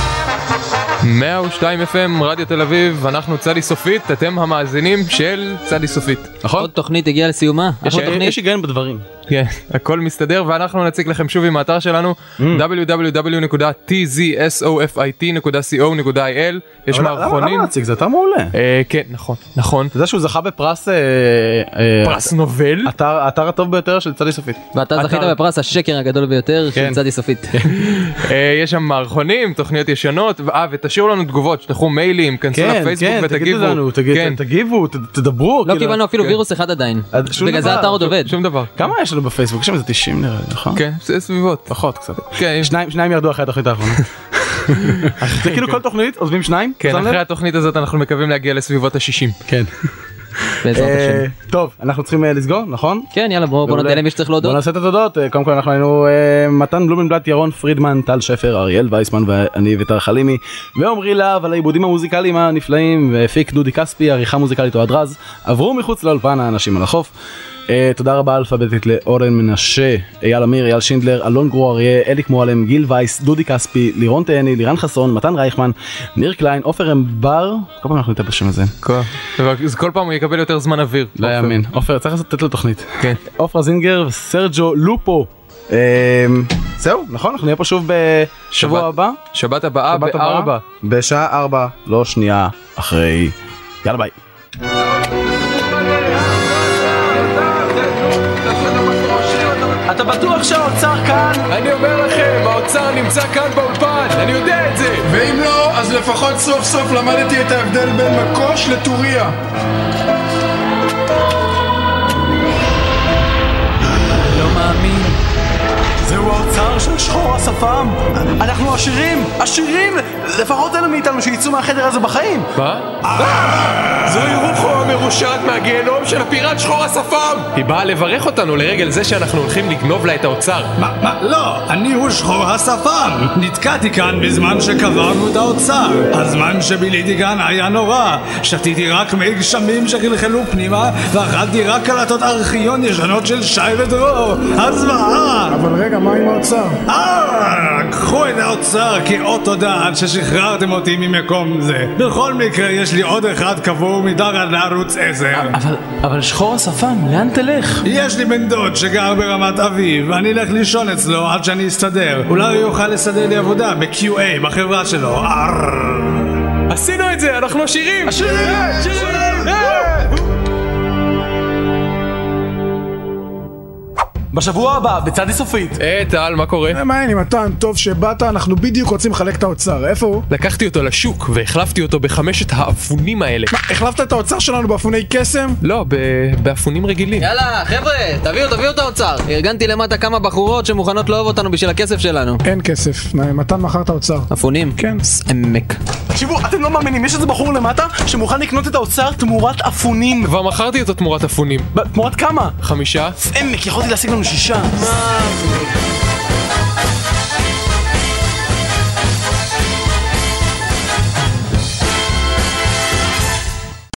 Speaker 7: 102 FM, רדיו תל אביב, אנחנו צדי סופית, אתם המאזינים של צדי סופית,
Speaker 2: נכון? עוד תוכנית הגיעה לסיומה,
Speaker 7: יש-
Speaker 2: אחלה תוכנית.
Speaker 7: יש
Speaker 20: היגיון בדברים.
Speaker 7: כן, הכל מסתדר ואנחנו נציג לכם שוב עם האתר שלנו
Speaker 3: Mm.
Speaker 7: www.tzsofit.co.il יש
Speaker 3: אבל למה-
Speaker 7: מערכונים.
Speaker 3: למה להציג? זה אתר מעולה.
Speaker 7: כן, נכון, נכון.
Speaker 3: אתה יודע שהוא זכה בפרס... אה, אה,
Speaker 7: פרס נובל?
Speaker 3: אתר- האתר הטוב ביותר של צדי סופית.
Speaker 2: ואתה זכית בפרס השקר הגדול ביותר
Speaker 3: כן.
Speaker 2: של צדי סופית. לא
Speaker 7: אה, יש שם מערכונים, תוכניות ישנות, ו- אה, ותשאירו לנו תגובות, שלחו מיילים, כנסו
Speaker 3: כן,
Speaker 7: לפייסבוק
Speaker 3: כן,
Speaker 7: ותגיבו.
Speaker 3: תגידו לנו, תגיד-
Speaker 7: כן.
Speaker 3: תגיבו, ת- תדברו.
Speaker 2: לא
Speaker 3: כאילו.
Speaker 2: קיבלנו אפילו
Speaker 3: כן.
Speaker 2: וירוס אחד עדיין.
Speaker 3: אז שום
Speaker 2: בגלל זה
Speaker 3: דבר,
Speaker 2: האתר עוד
Speaker 3: שום-
Speaker 2: עובד.
Speaker 7: שום דבר.
Speaker 3: כמה יש לנו בפייסבוק? יש שם איזה 90 נראה לי, נכון?
Speaker 7: כן, זה סביבות.
Speaker 3: פחות קצת.
Speaker 7: כן.
Speaker 3: שניים שניים ירדו אחרי התוכנית האחרונה. זה כאילו כל תוכנית עוזבים שניים?
Speaker 7: כן,
Speaker 3: שם לב?
Speaker 7: אחרי התוכנית הזאת אנחנו מקווים להגיע לסביבות ה-60.
Speaker 3: כן.
Speaker 2: בעזרת
Speaker 3: אה,
Speaker 2: השם.
Speaker 3: טוב, אנחנו צריכים אה, לסגור, נכון?
Speaker 2: כן, יאללה, בוא נודה למי שצריך להודות.
Speaker 3: בוא נעשה את התודות. אה, קודם כל אנחנו היינו אה, מתן בלומנבלט, ירון פרידמן, טל שפר, אריאל וייסמן ואני ויתר חלימי, ועמרי להב על העיבודים המוזיקליים הנפלאים, והפיק דודי כספי, עריכה מוזיקלית אוהד רז, עברו מחוץ לאולפן האנשים על החוף. אה, תודה רבה אלפביתית לאורן מנשה, אייל אמיר, אייל שינדלר, אלון גרור אריה, אליק מועלם, גיל וייס, דודי כספי, לירון תהני, לירן חסון, מתן רייכמן, ניר קליין, עופר אמבר, כל פעם אנחנו ניתן בשם הזה.
Speaker 7: אז כל פעם הוא יקבל יותר זמן אוויר.
Speaker 3: לא יאמן. עופר, צריך לתת לו תוכנית. כן. עופרה זינגר וסרג'ו לופו. אמ, זהו, נכון? אנחנו נהיה פה שוב בשבוע הבא.
Speaker 7: שבת הבאה
Speaker 3: שבת הבאה,
Speaker 7: בארבע.
Speaker 3: בשעה ארבע, לא שנייה אחרי. יאללה ביי.
Speaker 7: אתה בטוח שהאוצר כאן? אני אומר לכם, האוצר נמצא כאן באולפן, אני יודע את זה!
Speaker 1: ואם לא, אז לפחות סוף סוף למדתי את ההבדל בין מקוש לטוריה.
Speaker 19: you.
Speaker 3: זהו האוצר של שחור השפה. שפם? אנחנו עשירים! עשירים! לפחות אלה מאיתנו שיצאו מהחדר הזה בחיים!
Speaker 5: מה?
Speaker 7: זוהי רוחו אה, המרושעת מהגיהנום של הפיראט שחור השפם!
Speaker 5: היא באה לברך אותנו לרגל זה שאנחנו הולכים לגנוב לה את האוצר.
Speaker 4: מה, מה, לא, אני הוא שחור השפם. נתקעתי כאן בזמן שקברנו את האוצר. הזמן שביליתי כאן היה נורא. שתיתי רק מי גשמים שחלחלו פנימה, ואכלתי רק קלטות ארכיון ישנות של שי ודרור. אז מה?
Speaker 1: אבל רגע, מה עם האוצר?
Speaker 4: אה, קחו את האוצר כאות תודה על ששחררתם אותי ממקום זה. בכל מקרה, יש לי עוד אחד קבור מתחת לערוץ 10.
Speaker 18: אבל, אבל שחור השפם, לאן תלך?
Speaker 4: יש לי בן דוד שגר ברמת אביב, אני אלך לישון אצלו עד שאני אסתדר. אולי הוא יוכל לסדר לי עבודה ב-QA בחברה שלו.
Speaker 7: עשינו את זה, אנחנו עשירים! עשירים! עשירים!
Speaker 18: בשבוע הבא, בצד הסופית.
Speaker 5: אה, טל, מה קורה?
Speaker 1: מה העניין עם מתן? טוב שבאת, אנחנו בדיוק רוצים לחלק את האוצר. איפה הוא?
Speaker 5: לקחתי אותו לשוק והחלפתי אותו בחמשת האפונים האלה.
Speaker 1: מה, החלפת את האוצר שלנו באפוני קסם?
Speaker 5: לא, ב- באפונים רגילים.
Speaker 2: יאללה, חבר'ה, תביאו, תביאו את האוצר. ארגנתי למטה כמה בחורות שמוכנות לאהוב אותנו בשביל הכסף שלנו.
Speaker 1: אין כסף. מתן מכר את האוצר.
Speaker 2: אפונים? כן. סעמק.
Speaker 18: תקשיבו, אתם לא מאמינים, יש איזה בחור למטה שמוכן לקנות את האוצר תמורת אפונים.
Speaker 5: כבר מכרתי אותו תמורת אפונים.
Speaker 18: ב- תמורת כמה?
Speaker 5: חמישה?
Speaker 18: עמק, יכולתי להשיג לנו שישה.